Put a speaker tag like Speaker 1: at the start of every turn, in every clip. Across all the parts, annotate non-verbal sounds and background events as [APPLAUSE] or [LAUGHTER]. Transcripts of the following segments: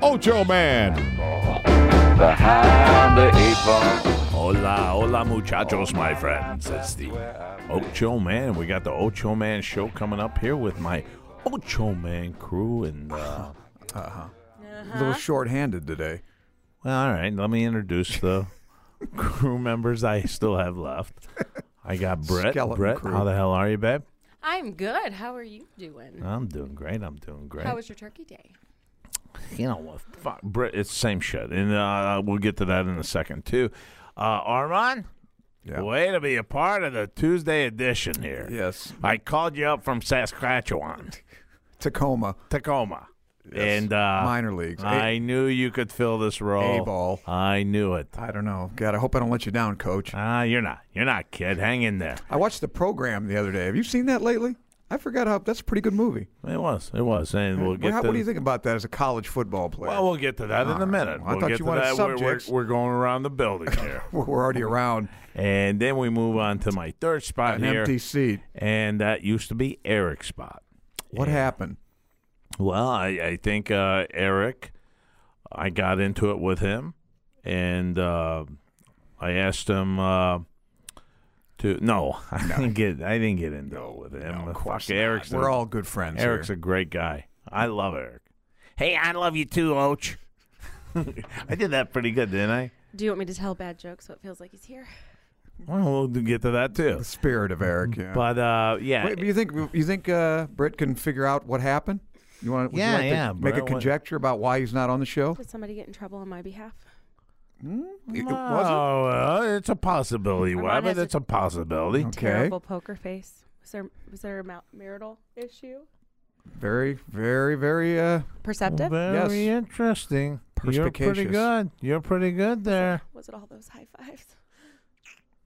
Speaker 1: Ocho Man.
Speaker 2: Behind the eight ball.
Speaker 3: Hola, hola, muchachos, my friends. It's the Ocho Man. We got the Ocho Man show coming up here with my Ocho Man crew. And, uh,
Speaker 4: a little short-handed today.
Speaker 3: well, all right, let me introduce
Speaker 4: [LAUGHS]
Speaker 3: the crew members I still have left. I got Brett.
Speaker 4: Skeleton
Speaker 3: Brett,
Speaker 4: crew.
Speaker 3: how the hell are you, babe?
Speaker 5: I'm good. How are you doing?
Speaker 3: I'm doing great. I'm doing great.
Speaker 5: How was your turkey day?
Speaker 3: you know what? Fuck, Brett, it's the same shit. And uh, we'll get to that in a second, too. Uh, Armand?
Speaker 4: Yeah.
Speaker 3: Way to be a part of the Tuesday edition here.
Speaker 4: Yes,
Speaker 3: I called you up from
Speaker 4: [LAUGHS]
Speaker 3: Saskatchewan,
Speaker 4: Tacoma
Speaker 3: Tacoma, and uh,
Speaker 4: minor leagues.
Speaker 3: I knew you could fill this role.
Speaker 4: A-ball.
Speaker 3: I knew it.
Speaker 4: I don't know. God, I hope I don't let you down, Coach.
Speaker 3: Ah, you're not. You're not, kid. Hang in there.
Speaker 4: I watched the program the other day. Have you seen that lately? I forgot how. That's a pretty good movie.
Speaker 3: It was. It was. And we'll
Speaker 4: What,
Speaker 3: get.
Speaker 4: how,
Speaker 3: to,
Speaker 4: what do you think about that as a college football player?
Speaker 3: Well, we'll get to that in a minute.
Speaker 4: I
Speaker 3: we'll
Speaker 4: thought
Speaker 3: get to
Speaker 4: you wanted
Speaker 3: that. We're- We're,
Speaker 4: subjects.
Speaker 3: we're going around the building
Speaker 4: [LAUGHS]
Speaker 3: here,
Speaker 4: we're, we're already around
Speaker 3: and then we move on to my third spot
Speaker 4: an
Speaker 3: here,
Speaker 4: empty seat.
Speaker 3: and that used to be Eric's spot.
Speaker 4: What happened?
Speaker 3: Well, I, I think uh, Eric, I got into it with him, and uh, I asked him uh, to no, [LAUGHS] I didn't get I didn't get into it with him. Fuck, Eric's
Speaker 4: We're
Speaker 3: a,
Speaker 4: all good friends. here.
Speaker 3: Eric's a great guy. I love Eric. Hey, I love you too, [LAUGHS] Oach. I did that pretty good, didn't I?
Speaker 5: Do you want me to tell bad jokes so it feels like he's here?
Speaker 3: Well, we'll get to that too.
Speaker 4: the spirit of Eric. Yeah.
Speaker 3: But uh, yeah,
Speaker 4: Wait, but you think you think uh, Britt can figure out what happened? You want? would you
Speaker 3: Yeah,
Speaker 4: like to
Speaker 3: yeah,
Speaker 4: Make
Speaker 3: Britt,
Speaker 4: a
Speaker 3: what-
Speaker 4: conjecture about why he's not on the show.
Speaker 5: Did somebody get in trouble on my behalf?
Speaker 4: It- was
Speaker 3: oh, uh, it's a possibility,
Speaker 5: Armand
Speaker 3: Webbit.
Speaker 5: has a-
Speaker 3: It's a possibility.
Speaker 4: Okay.
Speaker 5: Terrible poker face. Was there was there a mal- marital issue?
Speaker 4: it very, very, very. Uh,
Speaker 5: Perceptive?
Speaker 3: Very
Speaker 4: Yes.
Speaker 3: interesting. You're pretty
Speaker 4: Perspicacious.
Speaker 3: good. You're pretty good there.
Speaker 5: Was it all those high fives?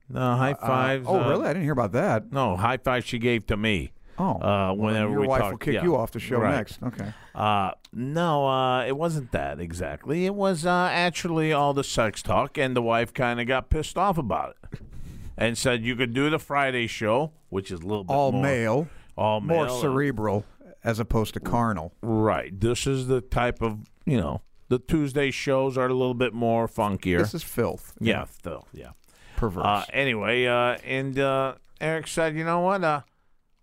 Speaker 3: No high
Speaker 4: uh,
Speaker 3: fives.
Speaker 4: oh,
Speaker 3: uh,
Speaker 4: really? I didn't hear about that.
Speaker 3: No high five she gave to me.
Speaker 4: Oh,
Speaker 3: Uh,
Speaker 4: well,
Speaker 3: whenever
Speaker 4: your
Speaker 3: we
Speaker 4: wife
Speaker 3: talked,
Speaker 4: will kick
Speaker 3: yeah.
Speaker 4: you off the show
Speaker 3: Right.
Speaker 4: next. Okay,
Speaker 3: Uh, no, uh, it wasn't that exactly. It was uh, actually all the sex talk, and the wife kind of got pissed off about it, and said you could do the Friday show, which is a little bit
Speaker 4: all
Speaker 3: more-
Speaker 4: male,
Speaker 3: all
Speaker 4: more
Speaker 3: male, uh,
Speaker 4: cerebral as opposed to carnal.
Speaker 3: Right. This is the type of you know the Tuesday shows are a little bit more funkier.
Speaker 4: This is filth.
Speaker 3: yeah, though. Yeah.
Speaker 4: perverse.
Speaker 3: Uh, anyway, uh, and uh, Eric said, "You know what? Uh,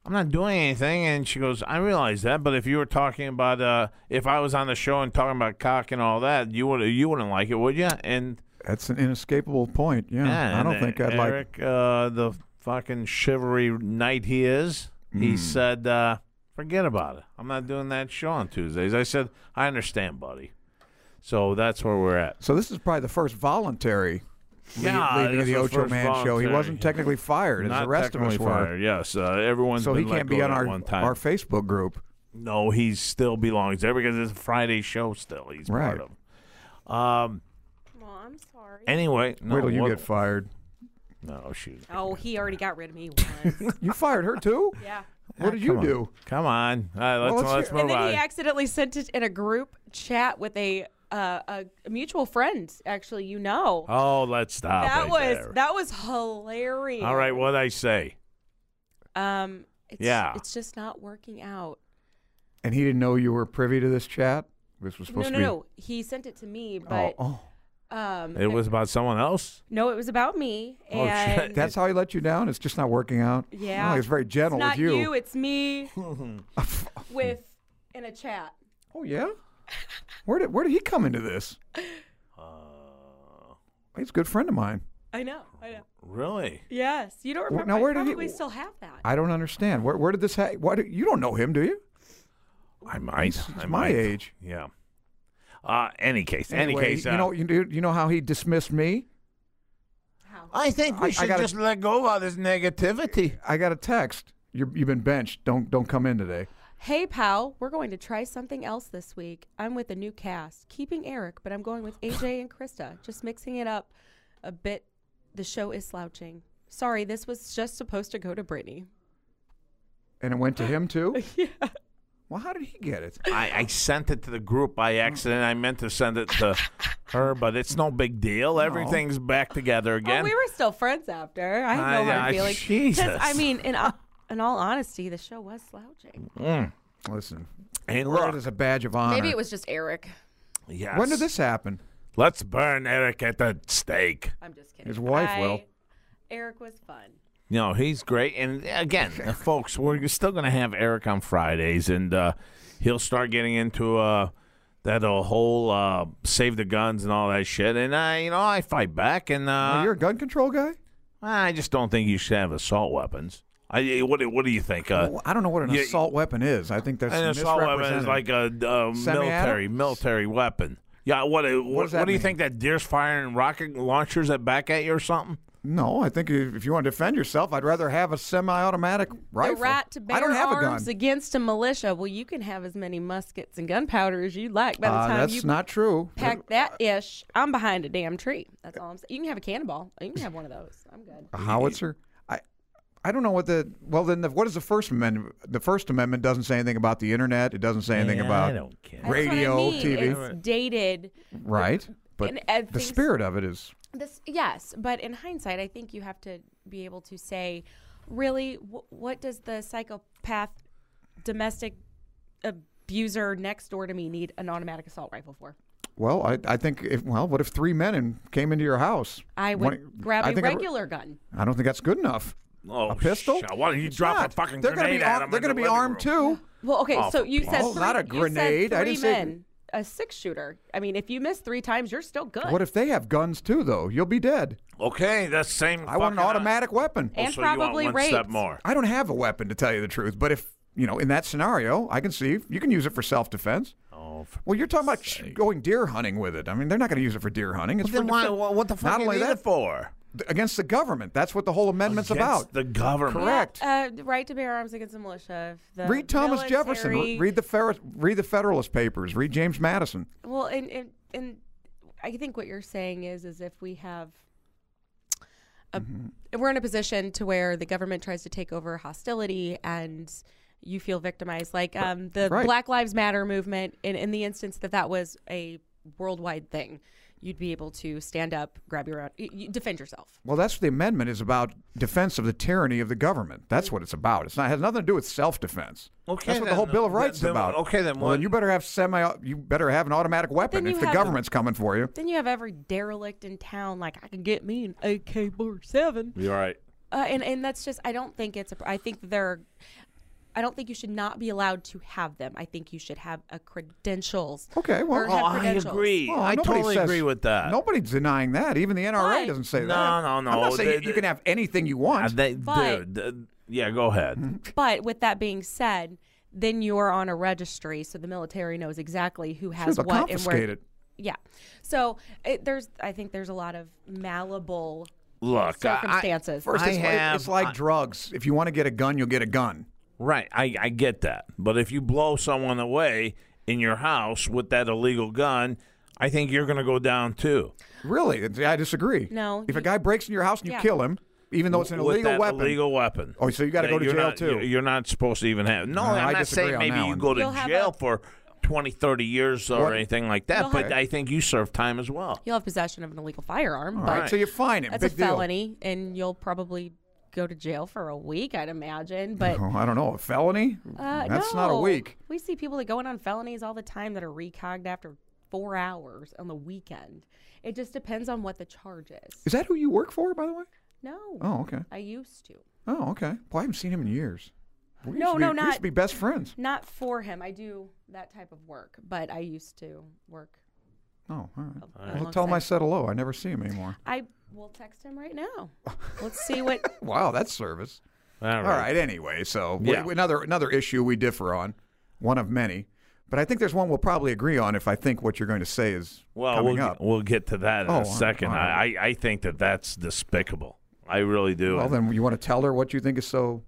Speaker 3: I'm not doing anything." And she goes, "I realize that, but if you were talking about uh, if I was on the show and talking about cock and all that, you would you wouldn't like it, would you?" And
Speaker 4: That's an inescapable point. Yeah,
Speaker 3: yeah,
Speaker 4: I don't
Speaker 3: and
Speaker 4: think I'd like.
Speaker 3: Eric, uh, the fucking chivalry knight he is.
Speaker 4: Hmm.
Speaker 3: He said, uh, "Forget about it. I'm not doing that show on Tuesdays." I said, "I understand, buddy." So that's where we're at.
Speaker 4: So this is probably the first voluntary. le-
Speaker 3: Yeah,
Speaker 4: leaving
Speaker 3: this
Speaker 4: the
Speaker 3: was
Speaker 4: Ocho
Speaker 3: first
Speaker 4: Man show. He
Speaker 3: voluntary.
Speaker 4: wasn't technically fired, as
Speaker 3: Not
Speaker 4: the rest of us
Speaker 3: technically
Speaker 4: were.
Speaker 3: fired, Yes, uh, everyone's
Speaker 4: So he
Speaker 3: been let
Speaker 4: can't be
Speaker 3: go
Speaker 4: on
Speaker 3: that
Speaker 4: our
Speaker 3: one time.
Speaker 4: our Facebook group.
Speaker 3: No, he still belongs there because it's a Friday show. Still, he's
Speaker 4: Right.
Speaker 3: part of. it. Um.
Speaker 5: Well, I'm sorry.
Speaker 3: Anyway, no,
Speaker 4: Wait till you
Speaker 3: what-
Speaker 4: get fired.
Speaker 3: no, shoot.
Speaker 5: Oh, he already got rid of me [LAUGHS] once.
Speaker 4: You fired
Speaker 3: [LAUGHS]
Speaker 4: her too?
Speaker 5: yeah.
Speaker 4: What did you
Speaker 3: Come on.
Speaker 4: do?
Speaker 3: Come on, All right, let's
Speaker 4: Well, let's
Speaker 3: let's
Speaker 4: hear-
Speaker 3: move
Speaker 5: And then
Speaker 3: on.
Speaker 5: he accidentally sent it in a group chat with a uh, a mutual friend, actually, you know.
Speaker 3: oh, let's stop.
Speaker 5: that
Speaker 3: right
Speaker 5: was
Speaker 3: there.
Speaker 5: that was hilarious.
Speaker 3: All right, what I say?
Speaker 5: Um, it's,
Speaker 3: Yeah.
Speaker 5: it's just not working out.
Speaker 4: And he didn't know you were privy to this chat. This was supposed
Speaker 5: no, no,
Speaker 4: to be.
Speaker 5: no. He sent it to me, but
Speaker 4: oh,
Speaker 5: um,
Speaker 3: It was about someone else.
Speaker 5: no, it was about me.
Speaker 3: Oh, shit.
Speaker 4: [LAUGHS]
Speaker 5: And
Speaker 4: that's how he let you down. It's just not working out.
Speaker 5: yeah,
Speaker 4: Oh, he's very gentle
Speaker 5: it's not
Speaker 4: with you. [LAUGHS]
Speaker 5: It's me with in a chat.
Speaker 4: Oh yeah. Where did where did he come into this?
Speaker 3: Uh,
Speaker 4: He's a good friend of mine.
Speaker 5: I know, I know.
Speaker 3: Really?
Speaker 5: Yes, you don't
Speaker 4: Wh-
Speaker 5: remember.
Speaker 4: now, where
Speaker 5: I
Speaker 4: did he-
Speaker 5: probably still have that.
Speaker 4: I don't understand. Where where did this? Ha- why do, you don't know him, do you?
Speaker 3: I might.
Speaker 4: He's- he's
Speaker 3: I
Speaker 4: my
Speaker 3: might.
Speaker 4: age.
Speaker 3: Yeah. Uh, any case.
Speaker 4: Anyway,
Speaker 3: any case.
Speaker 4: you
Speaker 3: uh,
Speaker 4: know you, do- you know how he dismissed me.
Speaker 3: I think
Speaker 4: I- I gotta-
Speaker 3: let go of all this negativity.
Speaker 4: I got a text. You're, you've been benched. Don't don't come in today.
Speaker 5: Hey, pal, we're going to try something else this week. I'm with a new cast, keeping Eric, but I'm going with
Speaker 4: [LAUGHS]
Speaker 5: AJ and Krista, just mixing it up a bit. The show is slouching. Sorry, this was just supposed to go to Brittany.
Speaker 4: And it went to him too? yeah. Well, how did he get it?
Speaker 3: I, I sent it to the group by accident. I meant to send it to her, but it's no big deal. Everything's back together
Speaker 5: Well,
Speaker 3: again.
Speaker 5: Oh, we were still friends after. I had no
Speaker 4: uh,
Speaker 3: I- I-
Speaker 4: [LAUGHS]
Speaker 5: hard feelings. 'Cause,
Speaker 3: Jesus.
Speaker 5: I mean, in, all- in all honesty, the show was slouching.
Speaker 4: Listen,
Speaker 3: and
Speaker 4: wear it
Speaker 3: look,
Speaker 4: as a badge of honor.
Speaker 5: Maybe it was just Eric.
Speaker 3: yes.
Speaker 4: When did this happen?
Speaker 3: Let's burn Eric at the stake.
Speaker 5: I'm just kidding.
Speaker 4: His wife
Speaker 5: I-
Speaker 4: will.
Speaker 5: Eric was fun.
Speaker 3: No, he's great. And again, uh, folks, we're still going to have Eric on Fridays, and uh, he'll start getting into uh, that uh, whole uh, save the guns and all that shit. And I, you know, I fight back, and
Speaker 4: Oh,
Speaker 3: uh,
Speaker 4: You're a gun control guy?
Speaker 3: I just don't think you should have assault weapons. I, what, do- what do you think? Uh,
Speaker 4: Well, I don't know what an
Speaker 3: yeah,
Speaker 4: assault weapon is. I think that's
Speaker 3: an assault weapon is
Speaker 4: misrepresented.
Speaker 3: like a, uh military military weapon. Yeah, what what, what,
Speaker 4: does that
Speaker 3: do you
Speaker 4: mean?
Speaker 3: think that deer's firing rocket launchers at back at you or something?
Speaker 4: No, I think if if you want to defend yourself, I'd rather have a semi-automatic rifle.
Speaker 5: The rat to bear
Speaker 4: I don't have a gun.
Speaker 5: arms against a militia. Well, you can have as many muskets and gunpowder as you like by the
Speaker 4: Uh,
Speaker 5: time
Speaker 4: that's
Speaker 5: you
Speaker 4: not true.
Speaker 5: pack that ish. I'm behind a damn tree. That's all I'm saying. You can have a cannonball. You can have one of those. I'm good.
Speaker 4: A howitzer? I I don't know what the well then the, what is the First Amendment? The First Amendment doesn't say anything about the internet. It doesn't say anything about
Speaker 3: care.
Speaker 5: That's what I
Speaker 4: radio,
Speaker 5: mean.
Speaker 4: TV.
Speaker 5: It's dated.
Speaker 4: right. But
Speaker 5: And I
Speaker 4: the
Speaker 5: think-
Speaker 4: spirit of it is
Speaker 5: This, yes, but in hindsight, I think you have to be able to say, really, wh- what does the psychopath domestic abuser next door to me need an automatic assault rifle for?
Speaker 4: well. I, I think if well, what if three men and came into your house?
Speaker 5: I would
Speaker 4: One-
Speaker 5: grab
Speaker 4: I
Speaker 5: a
Speaker 4: think I'd-
Speaker 5: regular gun.
Speaker 4: I don't think that's good enough.
Speaker 3: Oh,
Speaker 4: a pistol?
Speaker 3: shit, Why don't you
Speaker 4: It's
Speaker 3: drop
Speaker 4: not.
Speaker 3: a fucking
Speaker 4: they're
Speaker 3: grenade
Speaker 4: gonna be
Speaker 3: at
Speaker 4: armed,
Speaker 3: him
Speaker 4: They're
Speaker 3: in
Speaker 4: gonna
Speaker 3: the
Speaker 4: be
Speaker 3: living
Speaker 4: armed
Speaker 3: room?
Speaker 4: too.
Speaker 5: Well, okay,
Speaker 3: Oh,
Speaker 5: so
Speaker 3: for
Speaker 5: you said
Speaker 4: Paul.
Speaker 5: three,
Speaker 4: Not a
Speaker 5: you said
Speaker 4: grenade. I
Speaker 5: three
Speaker 4: didn't say-
Speaker 5: men, a six shooter. I mean, if you miss three times, you're still good.
Speaker 4: What if they have guns too, though? You'll be dead.
Speaker 3: Okay, that's same.
Speaker 4: I want an
Speaker 3: fucking-
Speaker 4: automatic weapon.
Speaker 3: Oh,
Speaker 5: And
Speaker 3: so you want
Speaker 5: probably
Speaker 3: one step
Speaker 5: raped.
Speaker 3: more.
Speaker 4: I don't have a weapon to tell you the truth, but if you know, in that scenario, I can see you can use it for self-defense.
Speaker 3: Oh, for-
Speaker 4: Well, you're talking about sh- going deer hunting with it. I mean, they're not going to use it for deer hunting. It's
Speaker 3: then
Speaker 4: for
Speaker 3: why,
Speaker 4: defen-
Speaker 3: wha- what the fuck
Speaker 4: Not
Speaker 3: you
Speaker 4: only
Speaker 3: need
Speaker 4: that,
Speaker 3: it for?
Speaker 4: th- against the government. That's what the whole amendment's
Speaker 3: Against
Speaker 4: about.
Speaker 3: the government.
Speaker 4: Correct.
Speaker 5: Uh, the right to bear arms against the militia. if The
Speaker 4: read Thomas Jefferson.
Speaker 5: military-
Speaker 4: Re- Read the Fer- read the Federalist Papers. Read James Madison.
Speaker 5: Well, and, and and I think what you're saying is is if we have a, if we're in a position to where the government tries to take over hostility and you feel victimized, like um, the
Speaker 4: Right.
Speaker 5: Black Lives Matter movement. In in the instance that that was a worldwide thing, you'd be able to stand up, grab your own, y- y- defend yourself.
Speaker 4: Well, that's what the amendment is about: defense of the tyranny of the government. That's what it's about. It's not it has nothing to do with self-defense.
Speaker 3: Okay,
Speaker 4: that's what
Speaker 3: then,
Speaker 4: the whole Bill of
Speaker 3: then-
Speaker 4: Rights
Speaker 3: then-
Speaker 4: is about.
Speaker 3: okay, then
Speaker 4: well,
Speaker 3: what-
Speaker 4: then you better have semi. You better have an automatic weapon
Speaker 5: Then
Speaker 4: if
Speaker 5: you
Speaker 4: the
Speaker 5: have-
Speaker 4: government's coming for you.
Speaker 5: Then you have every derelict in town like I can get me an AK-47.
Speaker 3: You're right.
Speaker 5: Uh, and and that's just I don't think it's a. pr- I think that there are. I don't think you should not be allowed to have them. I think you should have a credentials.
Speaker 4: Okay, well-
Speaker 5: or
Speaker 3: Oh,
Speaker 5: have
Speaker 3: I
Speaker 5: credentials.
Speaker 3: agree.
Speaker 4: Well,
Speaker 3: I
Speaker 4: Oh, nobody
Speaker 3: totally
Speaker 4: says-
Speaker 3: agree with that.
Speaker 4: Nobody's denying that. Even the NRA
Speaker 5: Right.
Speaker 4: doesn't say
Speaker 3: No,
Speaker 4: that.
Speaker 3: no, no.
Speaker 4: I'm not saying
Speaker 3: They-
Speaker 4: you- you can have anything you
Speaker 3: Uh,
Speaker 4: want.
Speaker 3: they- dude,
Speaker 5: But-
Speaker 3: th- yeah, go ahead.
Speaker 5: But with that being said, then you're on a registry, so the military knows exactly who has
Speaker 4: they'll
Speaker 5: what and where.
Speaker 4: confiscate it.
Speaker 5: Yeah. So it, there's, I think there's a lot of malleable
Speaker 3: Look, I-
Speaker 5: circumstances.
Speaker 3: I,
Speaker 4: First, it's, like-
Speaker 3: have,
Speaker 4: it's like drugs. If you want to get a gun, you'll get a gun.
Speaker 3: Right, I, I get that. But if you blow someone away in your house with that illegal gun, I think you're going to go down too.
Speaker 4: Really, it's- I disagree.
Speaker 5: No,
Speaker 4: If a
Speaker 5: you-
Speaker 4: guy breaks into your house and you
Speaker 5: Yeah.
Speaker 4: kill him, even though it's an
Speaker 3: with
Speaker 4: illegal
Speaker 3: that
Speaker 4: weapon,
Speaker 3: illegal weapon.
Speaker 4: Oh, so you gotta
Speaker 3: That
Speaker 4: go to
Speaker 3: you're
Speaker 4: jail,
Speaker 3: not-
Speaker 4: too.
Speaker 3: you- You're not supposed to even have. No,
Speaker 4: No,
Speaker 3: I'm
Speaker 4: I
Speaker 3: not
Speaker 4: disagree
Speaker 3: saying
Speaker 4: on
Speaker 3: maybe
Speaker 4: that
Speaker 3: you
Speaker 4: one.
Speaker 3: go to
Speaker 5: You'll have
Speaker 3: jail
Speaker 5: a-
Speaker 3: for 20, 30 years or
Speaker 4: What-
Speaker 3: anything like that,
Speaker 5: You'll
Speaker 3: but
Speaker 5: have-
Speaker 3: I think you serve time as well.
Speaker 5: You'll have possession of an illegal firearm,
Speaker 4: all
Speaker 5: but
Speaker 4: right, so you fine him.
Speaker 5: that's
Speaker 4: Big
Speaker 5: a
Speaker 4: deal.
Speaker 5: felony, and you'll probably go to jail for a week, I'd imagine. But
Speaker 4: Oh, I don't know, a felony?
Speaker 5: Uh,
Speaker 4: That's not a
Speaker 5: no.
Speaker 4: week.
Speaker 5: We see people that going on felonies all the time that are recogged after four hours on the weekend. It just depends on what the charge is.
Speaker 4: Is that who you work for, by the way?
Speaker 5: No.
Speaker 4: Oh, okay.
Speaker 5: I used to.
Speaker 4: Oh, okay. Well, I haven't seen him in years. We used
Speaker 5: No,
Speaker 4: to be,
Speaker 5: no,
Speaker 4: We used to
Speaker 5: not-
Speaker 4: be best friends.
Speaker 5: Not for him. I do that type of work, but I used to work.
Speaker 4: Oh, all right.
Speaker 5: right.
Speaker 4: Well, tell him I said hello. I never see him
Speaker 5: [LAUGHS]
Speaker 4: anymore.
Speaker 5: I will text him
Speaker 4: [LAUGHS]
Speaker 5: right now. Let's see what.
Speaker 4: Wow, that's service.
Speaker 3: All right.
Speaker 4: All right. Anyway, so we-
Speaker 3: Yeah.
Speaker 4: another another issue we differ on, one of many, but I think there's one we'll probably agree on if I think what you're going to say is
Speaker 3: Well,
Speaker 4: coming
Speaker 3: we'll,
Speaker 4: up.
Speaker 3: we'll get to that in
Speaker 4: Oh, all
Speaker 3: a
Speaker 4: right,
Speaker 3: second.
Speaker 4: all
Speaker 3: I, I, I think that that's despicable. I really do.
Speaker 4: Well, then you want to tell her what you think is so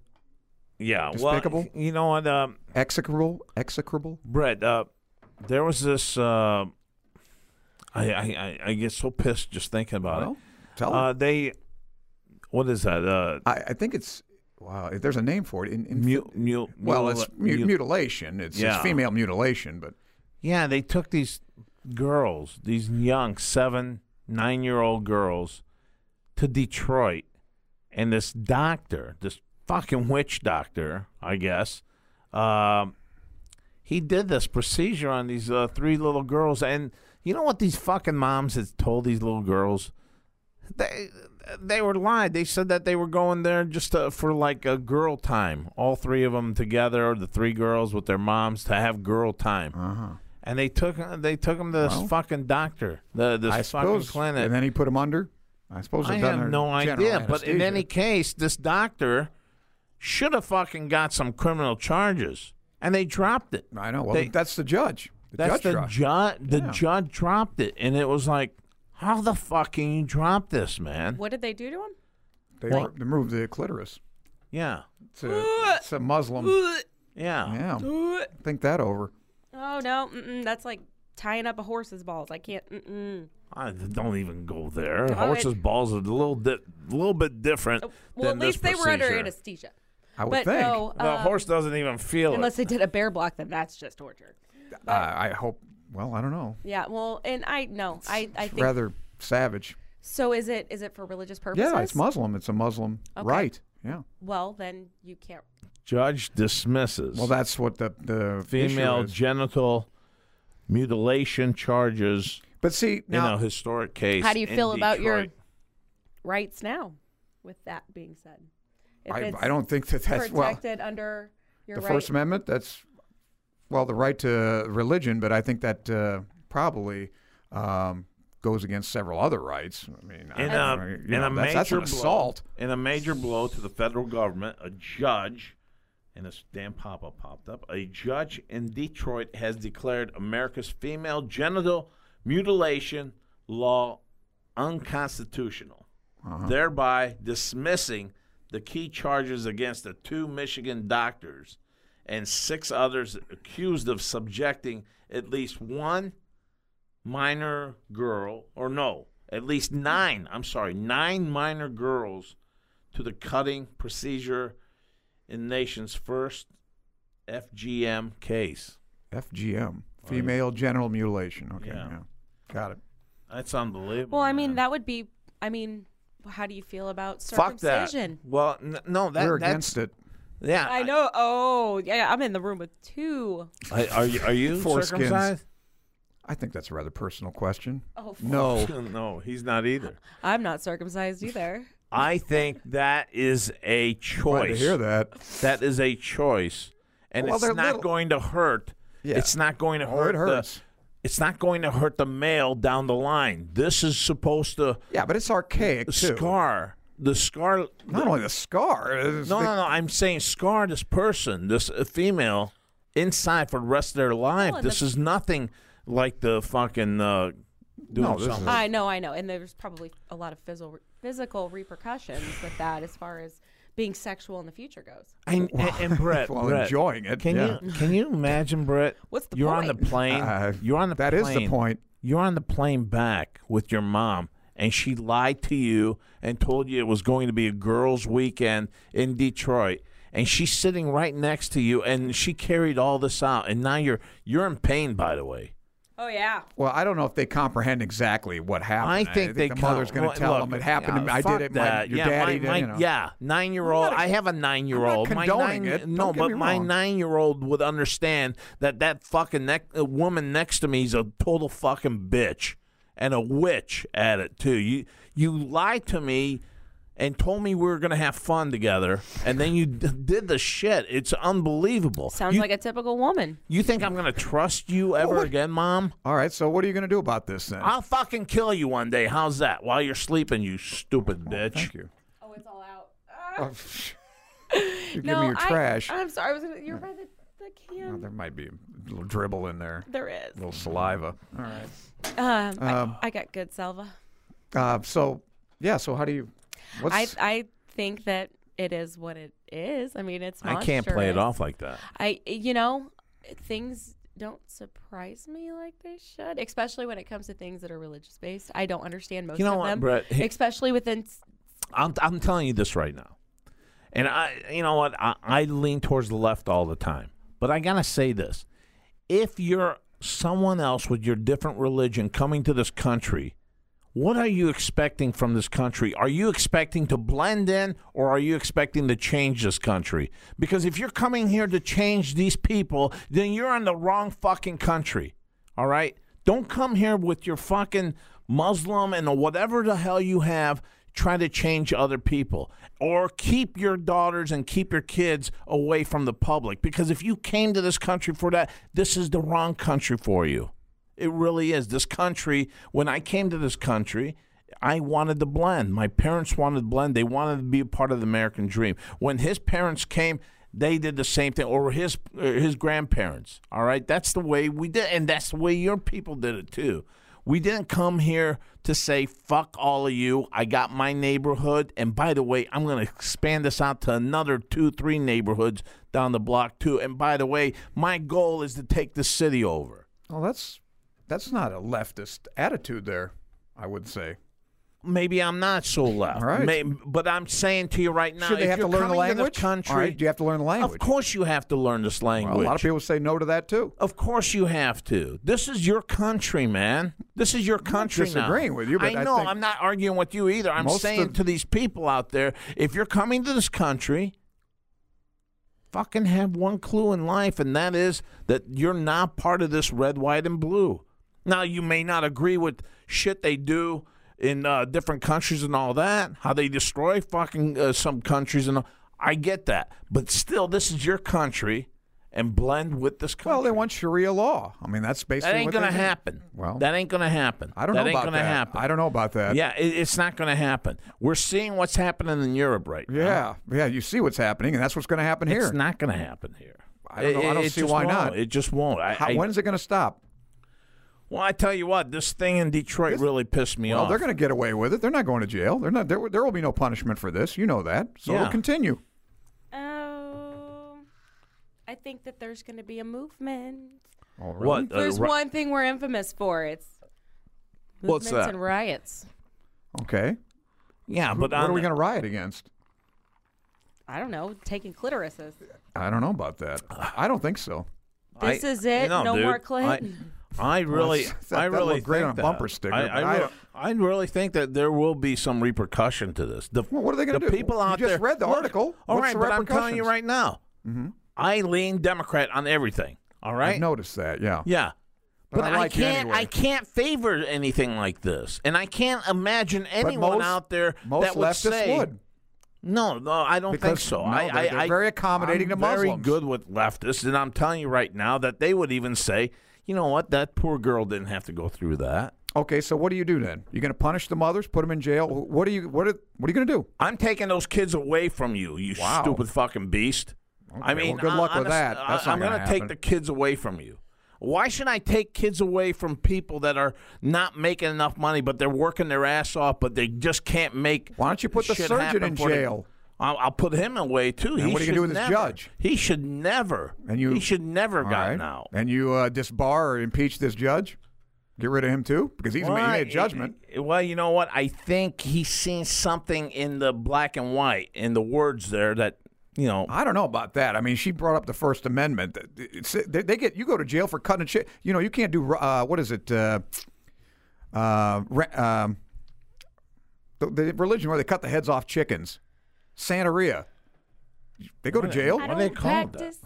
Speaker 3: yeah,
Speaker 4: Despicable?
Speaker 3: well, you know what, um,
Speaker 4: Execrable? Execrable?
Speaker 3: Brett? Uh, there was this. Uh, I, I I- I get so pissed just thinking about
Speaker 4: Well,
Speaker 3: it.
Speaker 4: tell
Speaker 3: Uh,
Speaker 4: them.
Speaker 3: they, what is that? Uh,
Speaker 4: I, I think it's, wow, if there's a name for it. In, in,
Speaker 3: mu- mu-
Speaker 4: well,
Speaker 3: mul-
Speaker 4: it's mu-
Speaker 3: mul-
Speaker 4: mutilation. It's,
Speaker 3: Yeah.
Speaker 4: it's female mutilation, but
Speaker 3: Yeah, they took these girls, these young seven, nine year old girls, to Detroit, and this doctor, this fucking witch doctor, I guess, um, he did this procedure on these uh, three little girls, and you know what these fucking moms had told these little girls? They they were lied. They said that they were going there just to, for like a girl time. All three of them together, or the three girls with their moms, to have girl time and they took they took him to this
Speaker 4: Well,
Speaker 3: fucking doctor, the this
Speaker 4: I
Speaker 3: fucking
Speaker 4: suppose.
Speaker 3: clinic.
Speaker 4: And then he put him under? I suppose
Speaker 3: I
Speaker 4: they've done
Speaker 3: have
Speaker 4: their
Speaker 3: no
Speaker 4: general
Speaker 3: idea, but in
Speaker 4: anesthesia.
Speaker 3: any case, this doctor should have fucking got some criminal charges, and they dropped it.
Speaker 4: I know. Well,
Speaker 3: They-
Speaker 4: that's the judge. The
Speaker 3: That's
Speaker 4: judge
Speaker 3: the
Speaker 4: tried.
Speaker 3: judge. The
Speaker 4: Yeah.
Speaker 3: judge dropped it, and it was like, how the fuck can you drop this, man?
Speaker 5: What did they do to him?
Speaker 4: They
Speaker 3: Well-
Speaker 4: re- removed the clitoris.
Speaker 3: Yeah,
Speaker 4: It's a, it's a Muslim.
Speaker 3: yeah.
Speaker 4: Yeah. Think that over.
Speaker 5: Oh no, mm-mm, that's like tying up a horse's balls. I can't. Mm-mm.
Speaker 3: I don't even go there.
Speaker 5: All right. Uh,
Speaker 3: Horses' balls are a little di- little bit different.
Speaker 5: Well, at
Speaker 3: than this
Speaker 5: least they were under
Speaker 3: procedure.
Speaker 5: anesthesia.
Speaker 4: I would
Speaker 5: But
Speaker 4: think.
Speaker 5: no,
Speaker 3: The
Speaker 5: um,
Speaker 3: horse doesn't even feel it.
Speaker 5: unless they did a bear block, then that's just torture.
Speaker 4: Uh, I hope. Well, I don't know.
Speaker 5: Yeah. Well, and I no, I I think
Speaker 4: Rather savage.
Speaker 5: so. Is it is it for religious purposes?
Speaker 4: Yeah, it's Muslim. It's a Muslim right. Yeah.
Speaker 5: Well, then you can't.
Speaker 3: Judge dismisses
Speaker 4: Well, that's what the the issue
Speaker 3: female
Speaker 4: is.
Speaker 3: genital mutilation charges
Speaker 4: But see
Speaker 3: in
Speaker 4: now,
Speaker 3: a historic case.
Speaker 5: How do you
Speaker 3: in
Speaker 5: feel about your-
Speaker 3: Detroit.
Speaker 5: Rights now. With that being said, if
Speaker 4: I,
Speaker 5: it's
Speaker 4: I don't think that that's well
Speaker 5: protected under
Speaker 4: the
Speaker 5: your right.
Speaker 4: First Amendment. That's well the right to religion, but I think that uh, probably. Um, Goes against several other rights. I mean, I-
Speaker 3: in
Speaker 4: I-
Speaker 3: a,
Speaker 4: you
Speaker 3: in
Speaker 4: know,
Speaker 3: a
Speaker 4: that's,
Speaker 3: major
Speaker 4: that's an
Speaker 3: blow,
Speaker 4: assault.
Speaker 3: in a major blow to the federal government, a judge and this damn pop-up popped up. A judge in Detroit has declared America's female genital mutilation law unconstitutional,
Speaker 4: Uh-huh.
Speaker 3: thereby dismissing the key charges against the two Michigan doctors and six others accused of subjecting at least one minor girl, or no, at least nine, I'm sorry, nine minor girls to the cutting procedure in nation's first FGM case.
Speaker 4: FGM, female genital mutilation. Okay,
Speaker 3: Oh, Yeah.
Speaker 4: yeah. got it.
Speaker 3: That's unbelievable.
Speaker 5: Well, I mean
Speaker 3: man.
Speaker 5: that would be. I mean, how do you feel about
Speaker 3: fuck that.
Speaker 5: circumcision?
Speaker 3: Well, n- no, that,
Speaker 4: We're
Speaker 3: that's
Speaker 4: against it.
Speaker 3: yeah.
Speaker 5: I know. Oh, yeah. I'm in the room with two.
Speaker 3: I- are you are you
Speaker 4: Foreskins.
Speaker 3: circumcised?
Speaker 4: I think that's a rather personal question.
Speaker 5: Oh, fuck.
Speaker 4: no.
Speaker 3: [LAUGHS] no, he's not either.
Speaker 5: I'm not circumcised either.
Speaker 3: I think that is a
Speaker 4: Glad
Speaker 3: choice.
Speaker 4: to
Speaker 3: [LAUGHS]
Speaker 4: hear that.
Speaker 3: That is a choice, and
Speaker 4: Well,
Speaker 3: it's
Speaker 4: they're
Speaker 3: not
Speaker 4: little-
Speaker 3: going to hurt.
Speaker 4: Yeah.
Speaker 3: It's not going to
Speaker 4: Oh,
Speaker 3: hurt.
Speaker 4: it hurts.
Speaker 3: The, it's not going to hurt the male down the line. This is supposed to
Speaker 4: Yeah, but it's archaic too.
Speaker 3: scar the scar.
Speaker 4: Not only the scar. it's
Speaker 3: no,
Speaker 4: the-
Speaker 3: no, no. I'm saying scar this person, this uh, female, inside for the rest of their life.
Speaker 5: and
Speaker 3: this
Speaker 5: the-
Speaker 3: is nothing like the fucking uh, doing
Speaker 4: No, this
Speaker 3: something.
Speaker 5: I know, I know. And there's probably a lot of physical physical repercussions with that as far as being sexual in the future goes.
Speaker 3: And, and,
Speaker 4: [LAUGHS]
Speaker 3: and Brett,
Speaker 4: Well,
Speaker 3: Brett,
Speaker 4: enjoying it.
Speaker 3: Can
Speaker 4: yeah.
Speaker 3: you can you imagine, Brett?
Speaker 5: What's the
Speaker 3: you're on
Speaker 5: point?
Speaker 3: the plane.
Speaker 4: Uh,
Speaker 3: you're on the
Speaker 4: that
Speaker 3: plane.
Speaker 4: is the point.
Speaker 3: You're on the plane back with your mom, and she lied to you and told you it was going to be a girls' weekend in Detroit. And she's sitting right next to you, and she carried all this out, and now you're you're in pain. By the way,
Speaker 5: Oh yeah.
Speaker 4: Well, I don't know if they comprehend exactly what happened.
Speaker 3: I think they
Speaker 4: the mother's
Speaker 3: come-
Speaker 4: going to tell
Speaker 3: look,
Speaker 4: them it happened. to
Speaker 3: yeah,
Speaker 4: me. I
Speaker 3: fuck
Speaker 4: did it. My,
Speaker 3: That.
Speaker 4: your
Speaker 3: yeah,
Speaker 4: daddy
Speaker 3: my,
Speaker 4: did.
Speaker 3: my-
Speaker 4: you know.
Speaker 3: Yeah, nine year old. I have a nine year old. My
Speaker 4: condoning
Speaker 3: nine,
Speaker 4: it. Don't
Speaker 3: No,
Speaker 4: get
Speaker 3: but
Speaker 4: me
Speaker 3: my
Speaker 4: wrong.
Speaker 3: nine year old would understand that that fucking nec- uh, woman next to me is a total fucking bitch and a witch at it too. You you lied to me. And told me we were gonna have fun together, and then you d- did the shit. It's unbelievable.
Speaker 5: Sounds
Speaker 3: you,
Speaker 5: like a typical woman.
Speaker 3: you think I'm gonna trust you ever
Speaker 4: what-
Speaker 3: again, Mom?
Speaker 4: All right. So what are you going to do about this then?
Speaker 3: I'll fucking kill you one day. How's that? While you're sleeping, you stupid bitch.
Speaker 4: Thank you.
Speaker 5: Oh, it's all out. Ah.
Speaker 4: Oh, you give
Speaker 5: no,
Speaker 4: me your
Speaker 5: I,
Speaker 4: trash.
Speaker 5: I'm sorry. I was gonna, you're by the, the
Speaker 4: Oh,
Speaker 5: can.
Speaker 4: there might be a little dribble in there.
Speaker 5: there is.
Speaker 4: A little saliva. All right.
Speaker 5: Um,
Speaker 4: Um,
Speaker 5: I, I got good salva.
Speaker 4: Uh, so yeah. So how do you? What's
Speaker 5: I I think that it is what it is. I mean, it's.
Speaker 3: I can't play it
Speaker 5: monstrous.
Speaker 3: off like that.
Speaker 5: I you know things don't surprise me like they should, especially when it comes to things that are religious based. I don't understand most
Speaker 3: You know
Speaker 5: of
Speaker 3: what,
Speaker 5: them,
Speaker 3: Brett?
Speaker 5: especially within. s-
Speaker 3: I'm I'm telling you this right now, and I you know what I, I lean towards the left all the time, but I gotta say this: if you're someone else with your different religion coming to this country, what are you expecting from this country? Are you expecting to blend in, or are you expecting to change this country? Because if you're coming here to change these people, then you're in the wrong fucking country. All right? Don't come here with your fucking Muslim and whatever the hell you have trying to change other people. Or keep your daughters and keep your kids away from the public. Because if you came to this country for that, this is the wrong country for you. It really is. This country, when I came to this country, I wanted to blend. My parents wanted to blend. They wanted to be a part of the American dream. When his parents came, they did the same thing, or his uh, his grandparents. All right, that's the way we did, and that's the way your people did it too. We didn't come here to say fuck all of you. I got my neighborhood, and by the way, I'm going to expand this out to another two, three neighborhoods down the block too. And by the way, my goal is to take the city over.
Speaker 4: Well, that's that's not a leftist attitude there, I would say.
Speaker 3: maybe I'm not so left.
Speaker 4: All right.
Speaker 3: May- but I'm saying to you right now,
Speaker 4: Should they
Speaker 3: if
Speaker 4: have
Speaker 3: you're
Speaker 4: to learn the
Speaker 3: coming to this
Speaker 4: language?
Speaker 3: country,
Speaker 4: All right, do you have to learn the
Speaker 3: of
Speaker 4: language?
Speaker 3: course you have to learn this language.
Speaker 4: Well, a lot of people say no to that too.
Speaker 3: Of course you have to. This is your country, man. This is your country. now.
Speaker 4: disagreeing with you, but
Speaker 3: I
Speaker 4: I
Speaker 3: know
Speaker 4: think-
Speaker 3: I'm not arguing with you either. I'm
Speaker 4: Most
Speaker 3: saying
Speaker 4: of-
Speaker 3: to these people out there, if you're coming to this country, fucking have one clue in life, and that is that you're not part of this red, white, and blue. Now you may not agree with shit they do in uh, different countries and all that, how they destroy fucking uh, some countries and all. I get that, but still, this is your country, and blend with this country.
Speaker 4: Well, they want Sharia law. I mean, that's basically
Speaker 3: That ain't
Speaker 4: what
Speaker 3: gonna
Speaker 4: they do.
Speaker 3: happen.
Speaker 4: Well,
Speaker 3: that ain't gonna happen.
Speaker 4: I don't
Speaker 3: that
Speaker 4: know
Speaker 3: ain't
Speaker 4: about
Speaker 3: gonna
Speaker 4: that.
Speaker 3: happen.
Speaker 4: I don't know about that.
Speaker 3: Yeah, it, it's not gonna happen. We're seeing what's happening in Europe right now.
Speaker 4: yeah, yeah. You see what's happening, and that's what's going to happen here.
Speaker 3: it's not gonna happen here.
Speaker 4: I don't know. I
Speaker 3: It-
Speaker 4: don't
Speaker 3: it
Speaker 4: see
Speaker 3: just
Speaker 4: why
Speaker 3: won't.
Speaker 4: not.
Speaker 3: It just won't. I,
Speaker 4: How,
Speaker 3: I-
Speaker 4: when is it going to stop?
Speaker 3: well, I tell you what, this thing in Detroit really pissed me
Speaker 4: Well,
Speaker 3: off.
Speaker 4: they're going to get away with it. They're not going to jail. They're not. There, there will be no punishment for this. You know that. So
Speaker 3: Yeah.
Speaker 4: it'll continue.
Speaker 5: Oh, I think that there's going to be a movement.
Speaker 4: Oh, really?
Speaker 3: what? uh,
Speaker 5: there's
Speaker 3: ri-
Speaker 5: one thing we're infamous for. It's
Speaker 3: What's
Speaker 5: movements
Speaker 3: that?
Speaker 5: and riots.
Speaker 4: Okay.
Speaker 3: Yeah,
Speaker 4: Who-
Speaker 3: but
Speaker 4: what
Speaker 3: on
Speaker 4: are we
Speaker 3: the-
Speaker 4: going to riot against?
Speaker 5: I don't know, taking clitorises.
Speaker 4: I don't know about that. I don't think so.
Speaker 5: This
Speaker 3: I-
Speaker 5: is it.
Speaker 3: No,
Speaker 5: No more
Speaker 3: dude.
Speaker 5: Clinton.
Speaker 3: I, I really,
Speaker 4: that's-
Speaker 3: I
Speaker 4: that
Speaker 3: really
Speaker 4: looked great
Speaker 3: think
Speaker 4: on a
Speaker 3: that.
Speaker 4: bumper sticker,
Speaker 3: I,
Speaker 4: but I
Speaker 3: I, re- I really think that there will be some repercussion to this. The,
Speaker 4: Well, what are they gonna
Speaker 3: the
Speaker 4: do?
Speaker 3: People
Speaker 4: You
Speaker 3: out
Speaker 4: just
Speaker 3: there.
Speaker 4: read the
Speaker 3: Look,
Speaker 4: article.
Speaker 3: All
Speaker 4: What's
Speaker 3: right,
Speaker 4: the
Speaker 3: but I'm telling you
Speaker 4: repercussions? Mm-hmm.
Speaker 3: right now, I lean Democrat on everything. All
Speaker 4: I
Speaker 3: right.
Speaker 4: noticed that. Yeah.
Speaker 3: Yeah.
Speaker 4: But
Speaker 3: But,
Speaker 4: I
Speaker 3: I,
Speaker 4: like you
Speaker 3: can't.
Speaker 4: anyway.
Speaker 3: I can't favor anything like this, and I can't imagine anyone
Speaker 4: most-
Speaker 3: out there
Speaker 4: Most
Speaker 3: that would
Speaker 4: leftists
Speaker 3: say,
Speaker 4: would.
Speaker 3: "No, no, I don't think
Speaker 4: Because,
Speaker 3: so."
Speaker 4: no,
Speaker 3: I,
Speaker 4: they're-
Speaker 3: I-
Speaker 4: they're
Speaker 3: I-
Speaker 4: very accommodating
Speaker 3: I'm
Speaker 4: to
Speaker 3: Very
Speaker 4: Muslims.
Speaker 3: good with leftists, and I'm telling you right now that they would even say, "You know what? That poor girl didn't have to go through that."
Speaker 4: Okay, so what do you do then? You're going to punish the mothers, put them in jail. Wh- What are you? What are? What are you going to do?
Speaker 3: I'm taking those kids away from you, you
Speaker 4: Wow.
Speaker 3: stupid fucking beast. I
Speaker 4: Okay,
Speaker 3: mean,
Speaker 4: well, good luck
Speaker 3: I,
Speaker 4: with
Speaker 3: honest-
Speaker 4: that. That's
Speaker 3: I,
Speaker 4: not
Speaker 3: am
Speaker 4: gonna
Speaker 3: gonna take
Speaker 4: happen.
Speaker 3: the kids away from you. Why should I take kids away from people that are not making enough money, but they're working their ass off, but they just can't make?
Speaker 4: Why don't you put the
Speaker 3: shit
Speaker 4: surgeon
Speaker 3: happen
Speaker 4: in
Speaker 3: for them?
Speaker 4: jail?
Speaker 3: I'll, I'll put him away too. he
Speaker 4: And what are you
Speaker 3: should
Speaker 4: gonna do with this
Speaker 3: never-
Speaker 4: judge?
Speaker 3: He should never.
Speaker 4: And you?
Speaker 3: he should never
Speaker 4: All
Speaker 3: gotten
Speaker 4: right.
Speaker 3: out.
Speaker 4: And you uh, disbar or impeach this judge? Get rid of him too, because he's
Speaker 3: Well,
Speaker 4: made, he
Speaker 3: I-
Speaker 4: made a judgment.
Speaker 3: I- well, you know what? I think he's seen something in the black and white in the words there that you know.
Speaker 4: I don't know about that. I mean, she brought up the First Amendment. That- it's- they, they get you go to jail for cutting a chick. You know, you can't do uh, what is it? Uh, uh, re- um, the, the religion where they cut the heads off chickens, Santeria. They go to jail.
Speaker 5: I
Speaker 3: What do
Speaker 5: don't
Speaker 3: they call that?
Speaker 5: practice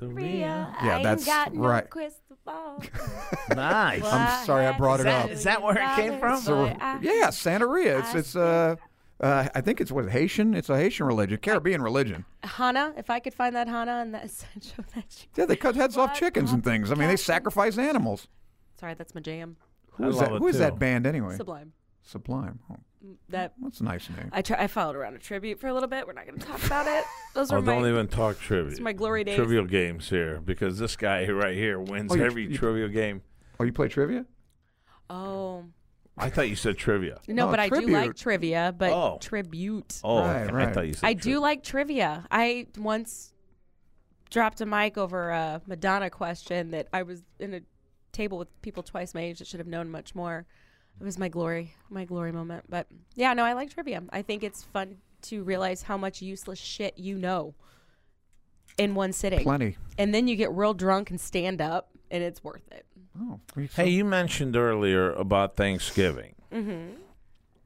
Speaker 5: in
Speaker 3: real-
Speaker 5: Rio.
Speaker 4: Yeah,
Speaker 5: I ain't
Speaker 4: that's
Speaker 5: got no
Speaker 4: right.
Speaker 5: crystal
Speaker 3: [LAUGHS]
Speaker 5: ball.
Speaker 3: nice.
Speaker 5: Well,
Speaker 4: sorry I
Speaker 5: had
Speaker 4: brought it
Speaker 5: to
Speaker 4: up.
Speaker 5: do
Speaker 3: Is that where it came from?
Speaker 5: dollars, boy, I-
Speaker 4: Yeah, Santeria. It's it's uh, uh, I think it's what Haitian. It's a Haitian religion, Caribbean religion.
Speaker 5: Hana, if I could find that Hana and that [LAUGHS] essential that she.
Speaker 4: Yeah, they cut heads off
Speaker 5: What?
Speaker 4: chickens and things. I mean, they sacrifice animals.
Speaker 5: Sorry, that's my jam.
Speaker 4: Who
Speaker 3: I
Speaker 4: is
Speaker 3: love
Speaker 4: that?
Speaker 3: it
Speaker 4: Who is
Speaker 3: too.
Speaker 4: that band anyway?
Speaker 5: Sublime.
Speaker 4: Sublime. Oh,
Speaker 5: That
Speaker 4: that's a nice name.
Speaker 5: I try, I followed around a tribute for a little bit. We're not going to talk
Speaker 3: [LAUGHS]
Speaker 5: about it. Those
Speaker 3: Oh,
Speaker 5: are my.
Speaker 3: don't even talk trivia.
Speaker 5: my glory days.
Speaker 3: Trivial games here because this guy right here wins
Speaker 4: Oh, you-
Speaker 3: every
Speaker 4: you-
Speaker 3: trivial game.
Speaker 4: Oh, you play trivia?
Speaker 5: Oh,
Speaker 3: I thought you said trivia.
Speaker 5: No,
Speaker 4: No,
Speaker 5: but I do like
Speaker 4: tribute.
Speaker 5: trivia, but
Speaker 3: Oh.
Speaker 5: tribute.
Speaker 3: Oh,
Speaker 4: Right,
Speaker 3: okay. I
Speaker 4: right.
Speaker 3: thought you said.
Speaker 5: I
Speaker 3: tri-
Speaker 5: do like trivia. I once dropped a mic over a Madonna question that I was in a table with people twice my age that should have known much more. It was my glory, my glory moment. But yeah, no, I like trivia. I think it's fun to realize how much useless shit you know in one sitting.
Speaker 4: Plenty.
Speaker 5: And then you get real drunk and stand up, and it's worth it.
Speaker 4: Oh, we-
Speaker 3: Hey, you mentioned earlier about Thanksgiving, mm-hmm.